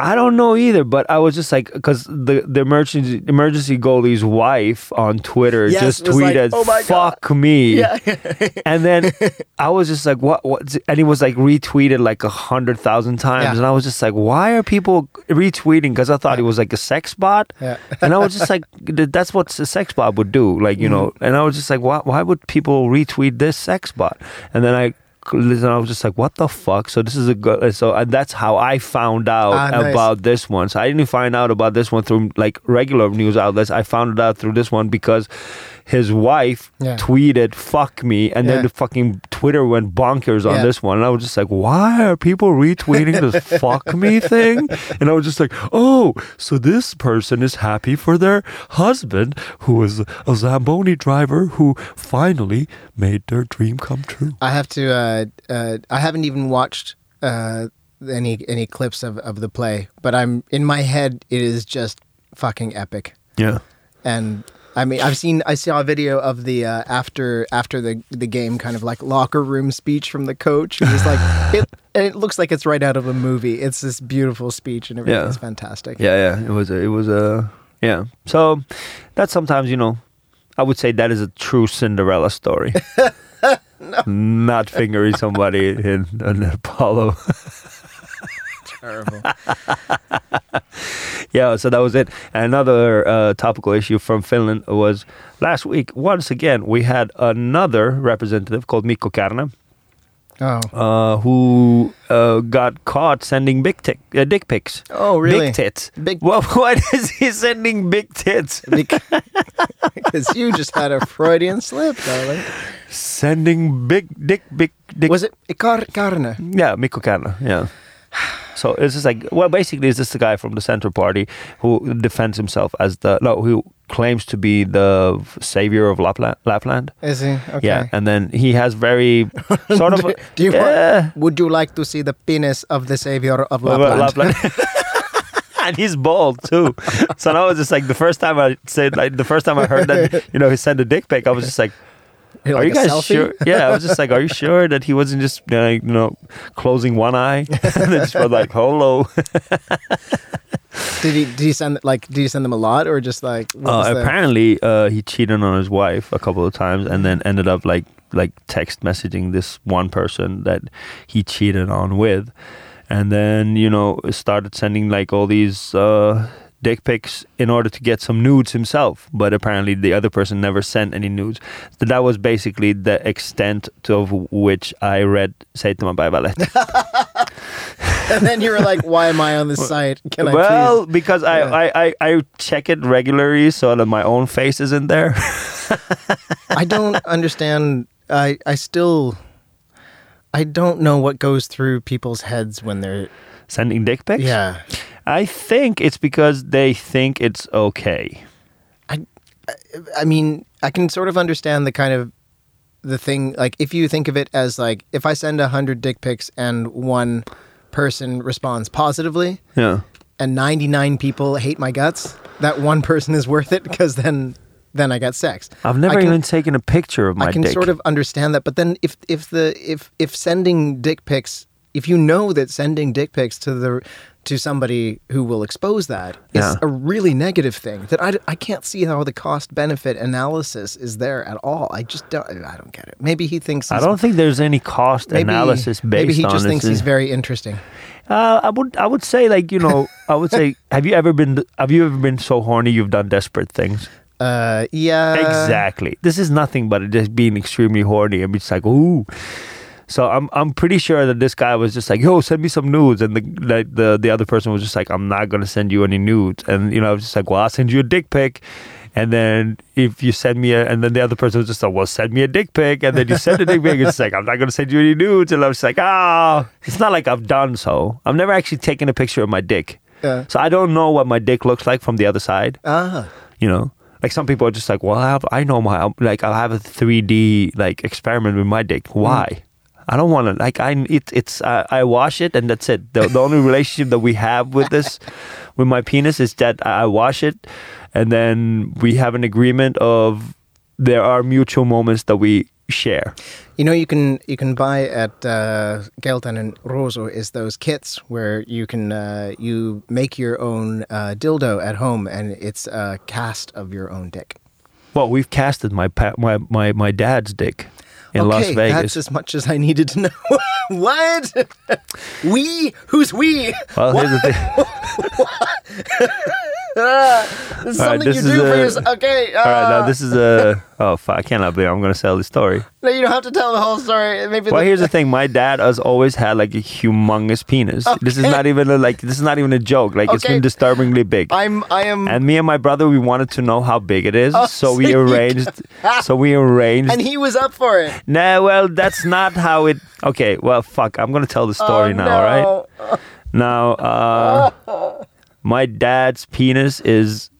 Speaker 1: I don't know either, but I was just like, because the, the emergency emergency goalie's wife on Twitter
Speaker 2: Yes,
Speaker 1: just
Speaker 2: was like,
Speaker 1: tweeted,
Speaker 2: "Oh my God."
Speaker 1: "Fuck me,"
Speaker 2: Yeah.
Speaker 1: *laughs* and then I was just like, "What?" what? And it was like retweeted like a hundred thousand times,
Speaker 2: Yeah.
Speaker 1: and I was just like, "Why are people retweeting?" Because I thought it was like a sex bot,
Speaker 2: Yeah.
Speaker 1: and I was just
Speaker 2: *laughs*
Speaker 1: like, th- "That's what a sex bot would do," like you
Speaker 2: Mm.
Speaker 1: know. And I was just like, "Why? Why would people retweet this sex bot?" And then I. And I was just like, "What the fuck?" So this is a good. So and that's how I found out
Speaker 2: Ah, nice.
Speaker 1: Oh, about this one. So I didn't find out about this one through like regular news outlets. I found it out through this one because his wife
Speaker 2: Yeah.
Speaker 1: tweeted "fuck me," and
Speaker 2: Yeah.
Speaker 1: then the fucking Twitter went bonkers on
Speaker 2: Yeah.
Speaker 1: this one. And I was just like, "Why are people retweeting
Speaker 2: *laughs*
Speaker 1: this "fuck me" thing?" And I was just like, "Oh, so this person is happy for their husband who is a Zamboni driver who finally made their dream come true."
Speaker 2: I have to. Uh, uh, I haven't even watched uh, any any clips of, of the play, but I'm in my head. It is just fucking epic,
Speaker 1: Yeah.
Speaker 2: and I mean, I've seen I saw a video of the uh, after after the the game kind of like locker room speech from the coach. It was
Speaker 1: *laughs*
Speaker 2: like it, and it looks like it's right out of a movie. It's this beautiful speech and everything
Speaker 1: Yeah.
Speaker 2: is fantastic.
Speaker 1: Yeah, yeah. It was a, it was a yeah. So that sometimes you know, I would say that is a true Cinderella
Speaker 2: *laughs*
Speaker 1: story. Not fingering somebody in an Apollo. *laughs*
Speaker 2: Terrible.
Speaker 1: yeah, so that was it. And another uh, topical issue from Finland was last week. Once again, we had another representative called Mikko Kärnä,
Speaker 2: *laughs* Oh.
Speaker 1: uh, who uh, got caught sending big tic- uh, dick pics.
Speaker 2: Oh, really?
Speaker 1: Big tits.
Speaker 2: Big-
Speaker 1: Well, *laughs* what is he sending big tits?
Speaker 2: *laughs* Because you just had a Freudian slip, darling.
Speaker 1: Sending big dick, big dick.
Speaker 2: Was it Car- Carne?
Speaker 1: Yeah, Mikko Kärnä. Yeah. *sighs* So it's just like well, basically, it's just the guy from the Center Party who defends himself as the no, who claims to be the savior of Lapland. Lapland.
Speaker 2: Is he? Okay.
Speaker 1: Yeah, and then he has
Speaker 2: *laughs*
Speaker 1: very sort of.
Speaker 2: Do you
Speaker 1: yeah,
Speaker 2: want, would you like to see the penis of the savior of
Speaker 1: well,
Speaker 2: Lapland?
Speaker 1: *laughs* and he's bald too. so now it's just like the first time I said, like the first time I heard
Speaker 2: *laughs*
Speaker 1: that you know he sent a dick pic, I was just like,
Speaker 2: Like
Speaker 1: are you
Speaker 2: a
Speaker 1: guys
Speaker 2: selfie?
Speaker 1: sure? *laughs* Yeah, I was just like, are you sure that he wasn't just like, you know closing one eye *laughs* and then just was like hello?
Speaker 2: Did he? Did he send like? Did he send them a lot or just like? what
Speaker 1: *laughs*
Speaker 2: was
Speaker 1: Uh,
Speaker 2: the-
Speaker 1: apparently, uh, he cheated on his wife a couple of times, and then ended up like like text messaging this one person that he cheated on with, and then you know started sending like all these uh, dick pics in order to get some nudes himself. But apparently, the other person never sent any nudes. So that was basically the extent to of which I read Saitama Baibalet.
Speaker 2: *laughs* and then you were like, "Why am I on this site? Can I
Speaker 1: well,
Speaker 2: please?"
Speaker 1: because I,
Speaker 2: Yeah.
Speaker 1: I, I, I check it regularly so that my own face isn't there.
Speaker 2: *laughs*
Speaker 1: *laughs*
Speaker 2: I don't understand. I I still, I don't know what goes through people's heads when they're
Speaker 1: Sending dick pics?
Speaker 2: yeah.
Speaker 1: I think it's because they think it's okay.
Speaker 2: I, I- I mean, I can sort of understand the kind of the thing. Like, if you think of it as like, if I send a hundred dick pics and one person responds positively,
Speaker 1: Yeah.
Speaker 2: and ninety nine people hate my guts, that one person is worth it because then, then I got sex.
Speaker 1: I've never
Speaker 2: I can-
Speaker 1: even taken a picture of my
Speaker 2: I can
Speaker 1: dick.
Speaker 2: sort of understand that, but then if if the if if sending dick pics, if you know that sending dick pics to the to somebody who will expose that is
Speaker 1: Yeah.
Speaker 2: a really negative thing that I, I can't see how the cost benefit analysis is there at all. I just don't I don't get it. Maybe he thinks
Speaker 1: I
Speaker 2: he's,
Speaker 1: don't think there's any cost
Speaker 2: maybe,
Speaker 1: analysis based
Speaker 2: maybe he
Speaker 1: on
Speaker 2: just
Speaker 1: this.
Speaker 2: thinks he's very interesting.
Speaker 1: uh, I would I would say like you know I
Speaker 2: *laughs*
Speaker 1: would say have you ever been have you ever been so horny you've done desperate things
Speaker 2: Uh, yeah,
Speaker 1: exactly this is nothing but just being extremely horny and it's like ooh so I'm I'm pretty sure that this guy was just like yo send me some nudes and the like the the other person was just like I'm not gonna send you any nudes and you know I was just like well I'll send you a dick pic and then if you send me a and then the other person was just like well send me a dick pic and then you send a dick pic it's like I'm not gonna send you any nudes and I was like ah it's not like I've done so I've never actually taken a picture of my dick
Speaker 2: Yeah.
Speaker 1: so I don't know what my dick looks like from the other side
Speaker 2: Ah,
Speaker 1: you know like some people are just like well i have i know my like i'll have a 3d like experiment with my
Speaker 2: Mm.
Speaker 1: dick why i don't want to like i it, it's uh, i wash it and that's it the, the only relationship that we have with
Speaker 2: *laughs*
Speaker 1: this with my penis is that i I wash it and then we have an agreement of there are mutual moments that we share
Speaker 2: You know, you can you can buy at uh, Gelten and Roso is those kits where you can uh, you make your own uh, dildo at home, and it's a cast of your own dick.
Speaker 1: well we've casted my pa- my my, my dad's dick in
Speaker 2: okay,
Speaker 1: las vegas
Speaker 2: that's as much as I needed to know. *laughs* what? *laughs* we? Who's we? *laughs*
Speaker 1: well here's the thing
Speaker 2: Ah, This is
Speaker 1: All right,
Speaker 2: something
Speaker 1: this
Speaker 2: you
Speaker 1: is
Speaker 2: do for
Speaker 1: a-
Speaker 2: yourself. Okay. Uh,
Speaker 1: all right now this is
Speaker 2: *laughs*
Speaker 1: a oh fuck, i cannot believe i'm gonna sell this story
Speaker 2: no, you don't have to tell the whole story. Maybe
Speaker 1: Well,
Speaker 2: the-
Speaker 1: here's the thing. My dad has always had like a humongous penis. This is not even a, like this is not even a joke. Like it's
Speaker 2: Okay.
Speaker 1: been disturbingly big.
Speaker 2: I'm I am
Speaker 1: and me and my brother, we wanted to know how big it is,
Speaker 2: Oh,
Speaker 1: so
Speaker 2: so
Speaker 1: we
Speaker 2: you *laughs*
Speaker 1: arranged. so we arranged.
Speaker 2: and he was up for it.
Speaker 1: nah, well, that's not how it. Okay, well, fuck. I'm gonna tell the story
Speaker 2: Oh,
Speaker 1: now.
Speaker 2: no.
Speaker 1: All right.
Speaker 2: *laughs*
Speaker 1: Now, uh, my dad's penis is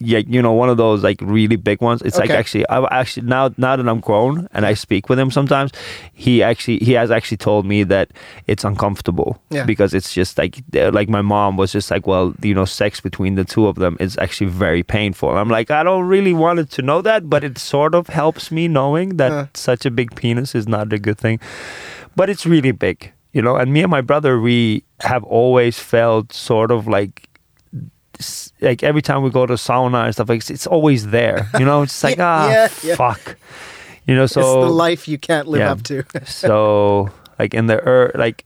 Speaker 1: yeah, you know, one of those like really big ones. It's like
Speaker 2: Okay.
Speaker 1: actually, I actually now now that I'm grown and I speak with him sometimes, he actually he has actually told me that it's uncomfortable
Speaker 2: Yeah.
Speaker 1: because it's just like they're- like my mom was just like, well, you know, sex between the two of them is actually very painful. I'm like, I don't really wanted to know that, but it sort of helps me knowing that
Speaker 2: Huh.
Speaker 1: such a big penis is not a good thing but it's really big, you know. And me and my brother, we have always felt sort of like, s- like every time we go to sauna and stuff, like it's, it's always there, you know. It's just like
Speaker 2: *laughs* Yeah,
Speaker 1: ah,
Speaker 2: yeah, yeah.
Speaker 1: fuck, you know. So
Speaker 2: it's the life you can't live
Speaker 1: yeah.
Speaker 2: up to. *laughs*
Speaker 1: so like in the er, like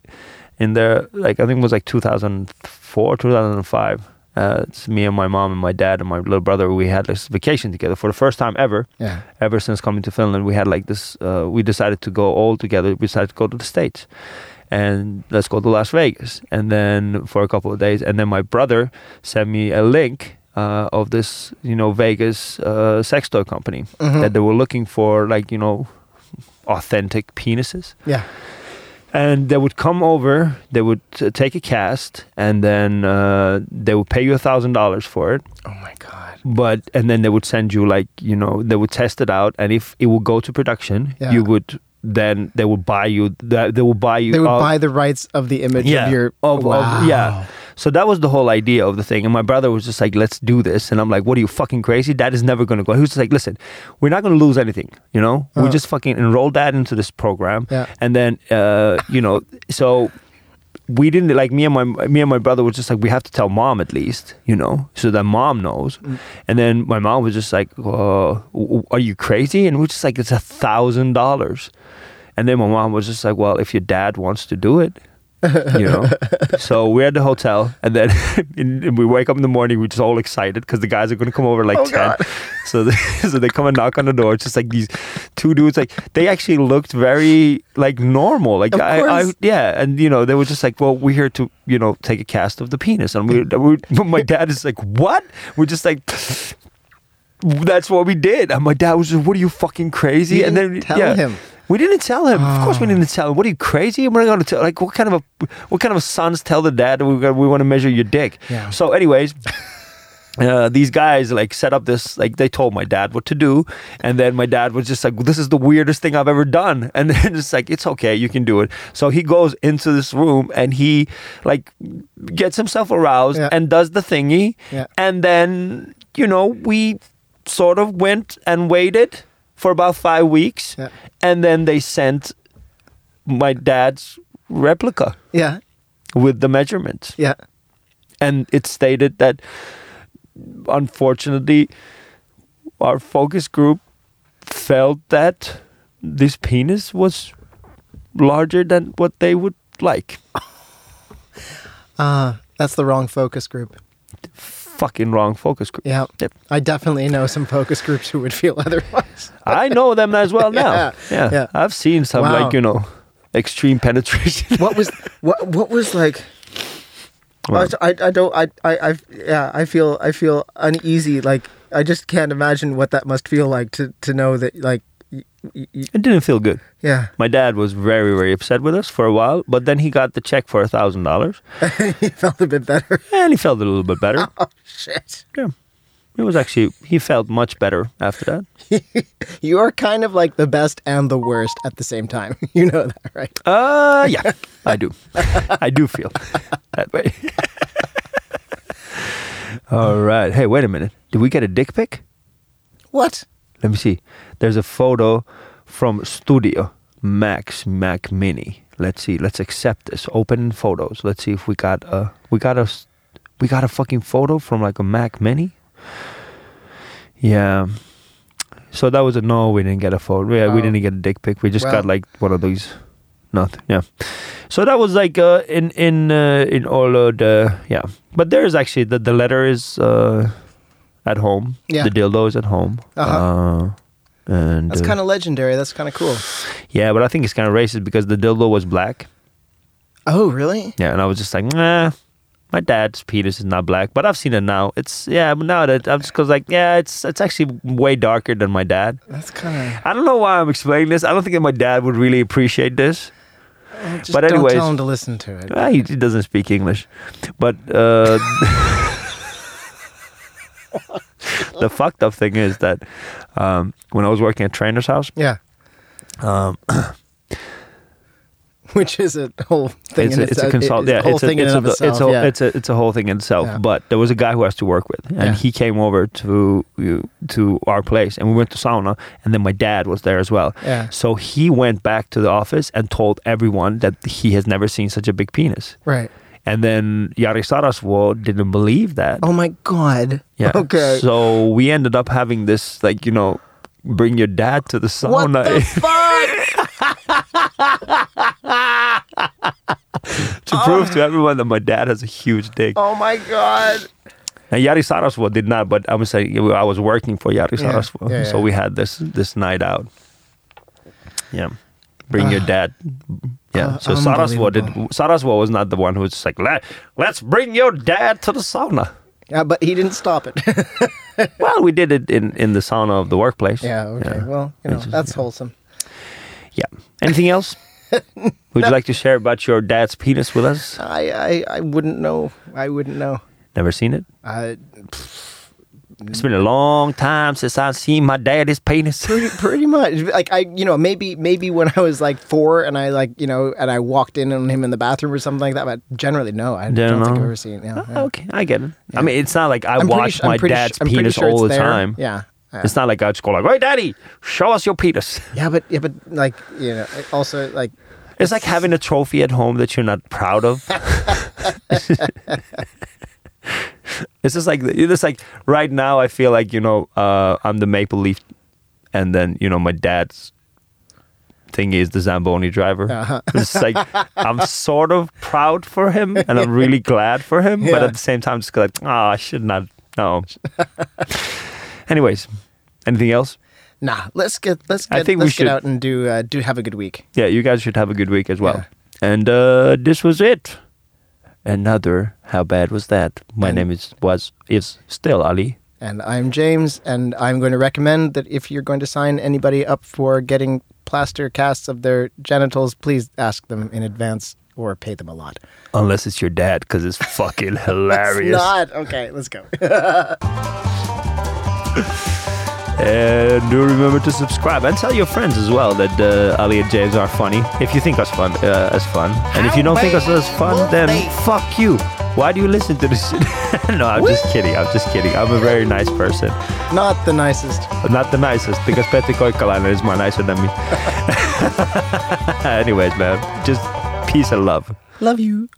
Speaker 1: in the like I think it was like 2004, 2005. Uh, it's me and my mom and my dad and my little brother. We had this vacation together for the first time ever
Speaker 2: yeah.
Speaker 1: ever since coming to Finland, we had like this. Uh, we decided to go all together. We decided to go to the states, and let's go to Las Vegas. And then for a couple of days, and then my brother sent me a link uh, of this, you know, Vegas uh, sex toy company
Speaker 2: Mhm.
Speaker 1: that they were looking for, like you know, authentic penises
Speaker 2: Yeah.
Speaker 1: and they would come over they would uh, take a cast and then uh, they would pay you a thousand dollars for it
Speaker 2: Oh my god.
Speaker 1: but and then they would send you like you know they would test it out and if it would go to production
Speaker 2: Yeah.
Speaker 1: you would then they would buy you that they would buy you
Speaker 2: They would
Speaker 1: uh,
Speaker 2: buy the rights of the image
Speaker 1: yeah
Speaker 2: of your
Speaker 1: of- of-
Speaker 2: Oh, wow.
Speaker 1: yeah so that was the whole idea of the thing and my brother was just like let's do this and i'm like what are you fucking crazy that is never gonna go he was just like listen we're not gonna lose anything you know we
Speaker 2: Uh.
Speaker 1: just fucking enroll that into this program
Speaker 2: Yeah.
Speaker 1: and then uh you know so we didn't like me and my me and my brother were just like we have to tell mom at least you know so that mom knows
Speaker 2: Mm.
Speaker 1: and then my mom was just like uh, w- are you crazy and we're just like it's a thousand dollars and then my mom was just like well if your dad wants to do it you know *laughs* so we're at the hotel and then *laughs* and and we wake up in the morning we're just all excited because the guys are going to come over like
Speaker 2: Oh,
Speaker 1: 10 *laughs* so they, so they come and knock on the door it's just like these two dudes like they actually looked very like normal like
Speaker 2: Of
Speaker 1: I, I
Speaker 2: course.
Speaker 1: yeah, and you know they were just like, "Well, we're here to you know take a cast of the penis,"
Speaker 2: *laughs*
Speaker 1: and we, we my dad is like, "What?" We're just like, "That's what we did." And my dad was just, "What are you fucking crazy?"
Speaker 2: You
Speaker 1: and
Speaker 2: didn't tell
Speaker 1: yeah,
Speaker 2: him.
Speaker 1: We didn't tell him. Of course, we
Speaker 2: Ah.
Speaker 1: didn't tell him. What are you crazy? We're not gonna tell. Like, what kind of a what kind of sons tell the dad that we got- we want to measure your dick?
Speaker 2: Yeah.
Speaker 1: So, anyways. *laughs* Uh, these guys like set up this like they told my dad what to do and then my dad was just like this is the weirdest thing i've ever done *laughs* and then it's like it's okay you can do it so he goes into this room and he like gets himself aroused
Speaker 2: Yeah.
Speaker 1: and does the thingy
Speaker 2: Yeah.
Speaker 1: and then you know we sort of went and waited for about five weeks
Speaker 2: Yeah.
Speaker 1: and then they sent my dad's replica
Speaker 2: Yeah.
Speaker 1: with the measurements
Speaker 2: Yeah.
Speaker 1: and it stated that unfortunately our focus group felt that this penis was larger than what they would like
Speaker 2: Uh, that's the wrong focus group.
Speaker 1: fucking wrong focus group
Speaker 2: Yeah.
Speaker 1: Yep.
Speaker 2: I definitely know some focus groups who would feel *laughs* otherwise.
Speaker 1: i know them as
Speaker 2: *laughs*
Speaker 1: well now
Speaker 2: Yeah,
Speaker 1: yeah,
Speaker 2: yeah.
Speaker 1: i've seen some
Speaker 2: Wow.
Speaker 1: like you know extreme penetration
Speaker 2: what was what what was like I,
Speaker 1: Well,
Speaker 2: was- I, I don't I, I I yeah I feel I feel uneasy like I just can't imagine what that must feel like to to know that like y- y- y-
Speaker 1: it didn't feel good
Speaker 2: yeah *laughs*
Speaker 1: my dad was very very upset with us for a while but then he got the check for a thousand dollars
Speaker 2: it felt a bit better *laughs*
Speaker 1: and he felt a little bit *laughs* better
Speaker 2: oh shit
Speaker 1: yeah it was actually he felt much better after that
Speaker 2: you're kind of like the best and the worst at the same time *laughs* you know that right
Speaker 1: Uh, *laughs* yeah, I do. I do feel that way. *laughs* All right. Hey, wait a minute. Did we get a dick pic?
Speaker 2: what
Speaker 1: Let me see. There's a photo from Studio Max Mac Mini. Let's see. Let's accept this. Open photos. Let's see if we got a we got a s- we got a fucking photo from like a Mac Mini. Yeah. So that was a no. We didn't get a photo. Yeah,
Speaker 2: Oh.
Speaker 1: we didn't get a dick pic. We just
Speaker 2: Well-
Speaker 1: got like one of these. Nothing. Yeah. So that was like uh, in in uh, in all of the yeah. But there is actually the the letter is uh, at home.
Speaker 2: Yeah.
Speaker 1: The dildo is at home.
Speaker 2: Uh-huh.
Speaker 1: Uh, and
Speaker 2: that's
Speaker 1: uh,
Speaker 2: kind of legendary that's kind of cool
Speaker 1: yeah, but I think it's kind of racist because the dildo was black.
Speaker 2: oh really
Speaker 1: Yeah, and I was just like, nah, my dad's penis is not black, but I've seen it now. It's yeah, but now that I'm just cause like yeah, it's it's actually way darker than my dad.
Speaker 2: that's kind of
Speaker 1: I don't know why I'm explaining this. I don't think that my dad would really appreciate this.
Speaker 2: just
Speaker 1: But
Speaker 2: don't
Speaker 1: anyways-
Speaker 2: tell him to listen to it
Speaker 1: Ah, he, he doesn't speak English, but uh, *laughs* the fucked up thing is that um, when I was working at Trainer's House,
Speaker 2: Yeah.
Speaker 1: um,
Speaker 2: *laughs* Which is a whole thing.
Speaker 1: it's
Speaker 2: in
Speaker 1: a, it's a
Speaker 2: itself-
Speaker 1: consult.
Speaker 2: It's
Speaker 1: Yeah,
Speaker 2: a whole
Speaker 1: it's a
Speaker 2: thing in
Speaker 1: it's
Speaker 2: and
Speaker 1: a
Speaker 2: of
Speaker 1: it's
Speaker 2: itself.
Speaker 1: a
Speaker 2: yeah.
Speaker 1: it's a it's a whole thing in itself.
Speaker 2: Yeah.
Speaker 1: But there was a guy who has to work with, and
Speaker 2: Yeah.
Speaker 1: he came over to to our place, and we went to sauna, and then my dad was there as well.
Speaker 2: Yeah.
Speaker 1: So he went back to the office and told everyone that he has never seen such a big penis.
Speaker 2: right.
Speaker 1: And then Yari Saraswo didn't believe that.
Speaker 2: Oh my god.
Speaker 1: Yeah.
Speaker 2: *laughs* Okay.
Speaker 1: So we ended up having this, like, you know, bring your dad to the
Speaker 2: what
Speaker 1: sauna *laughs*
Speaker 2: the fuck?
Speaker 1: to prove to everyone that my dad has a huge dick.
Speaker 2: Oh my god.
Speaker 1: And Yari Saraswo did not, but I was saying I was working for Yari
Speaker 2: Yeah.
Speaker 1: Saraswo,
Speaker 2: Yeah,
Speaker 1: so
Speaker 2: yeah.
Speaker 1: we had this this night out. Yeah, bring
Speaker 2: Ah.
Speaker 1: your dad. Yeah,
Speaker 2: Uh,
Speaker 1: so Saraswo did. Saraswo was not the one who was just like, Let, let's bring your dad to the sauna.
Speaker 2: Yeah, but he didn't stop it. *laughs*
Speaker 1: well, we did it in in the sauna of the workplace.
Speaker 2: yeah. Okay. Well, you know
Speaker 1: It's just-
Speaker 2: that's
Speaker 1: yeah.
Speaker 2: wholesome.
Speaker 1: Yeah. Anything
Speaker 2: *laughs*
Speaker 1: else? Would you like to share about your dad's penis with us?
Speaker 2: I, I I wouldn't know. I wouldn't know.
Speaker 1: Never seen it.
Speaker 2: I
Speaker 1: It's been a long time since I've seen my daddy's penis.
Speaker 2: pretty pretty much like I you know maybe maybe when I was like four and I like you know and I walked in on him in the bathroom or something like that. But generally, no, I
Speaker 1: Don't
Speaker 2: don't, think I've
Speaker 1: know.
Speaker 2: ever seen. Yeah, yeah.
Speaker 1: Oh, Okay, I get it. I mean, it's not like I
Speaker 2: I'm pretty
Speaker 1: watch
Speaker 2: su- I'm
Speaker 1: my
Speaker 2: pretty
Speaker 1: dad's
Speaker 2: su- I'm pretty
Speaker 1: penis
Speaker 2: sure
Speaker 1: all the
Speaker 2: it's there.
Speaker 1: time.
Speaker 2: Yeah. yeah.
Speaker 1: It's not like I just go like, "Hey, daddy, show us your penis."
Speaker 2: yeah, but yeah, but like you know, it also like
Speaker 1: It's like having a trophy at home that you're not proud
Speaker 2: *laughs*
Speaker 1: of. it's just like it's just like right now. I feel like you know uh, I'm the Maple Leaf, and then you know my dad's thing is the Zamboni driver.
Speaker 2: Uh-huh.
Speaker 1: *laughs* It's like I'm sort of proud for him, and I'm
Speaker 2: *laughs*
Speaker 1: really glad for him, but
Speaker 2: Yeah.
Speaker 1: at the same time, just like, oh, I should not.
Speaker 2: *laughs*
Speaker 1: No. Anyways, anything else?
Speaker 2: nah. Let's get let's
Speaker 1: I
Speaker 2: get
Speaker 1: think we
Speaker 2: let's
Speaker 1: should-
Speaker 2: get out and do uh, do have a good week.
Speaker 1: yeah, you guys should have a good week as well.
Speaker 2: Yeah.
Speaker 1: And uh, this was it. Another how bad was that? My
Speaker 2: And-
Speaker 1: name is was is still Ali.
Speaker 2: And I'm James, and I'm going to recommend that if you're going to sign anybody up for getting plaster casts of their genitals, please ask them in advance or pay them a lot.
Speaker 1: Unless it's your dad, because *laughs* it's fucking
Speaker 2: It's
Speaker 1: hilarious.
Speaker 2: not okay. Let's go. *laughs*
Speaker 1: And do remember to subscribe and tell your friends as well that uh, Ali and James are funny. If you think us fun, uh, as fun, and if you don't think us as
Speaker 2: will
Speaker 1: fun, then
Speaker 2: they?
Speaker 1: fuck you. Why do you listen to this? shit? *laughs* no, I'm just kidding. I'm just kidding. I'm a very nice person.
Speaker 2: not the nicest.
Speaker 1: But not the nicest because Petri Koikkalainen is more nicer than me. *laughs* Anyways, man, just peace and love.
Speaker 2: Love you.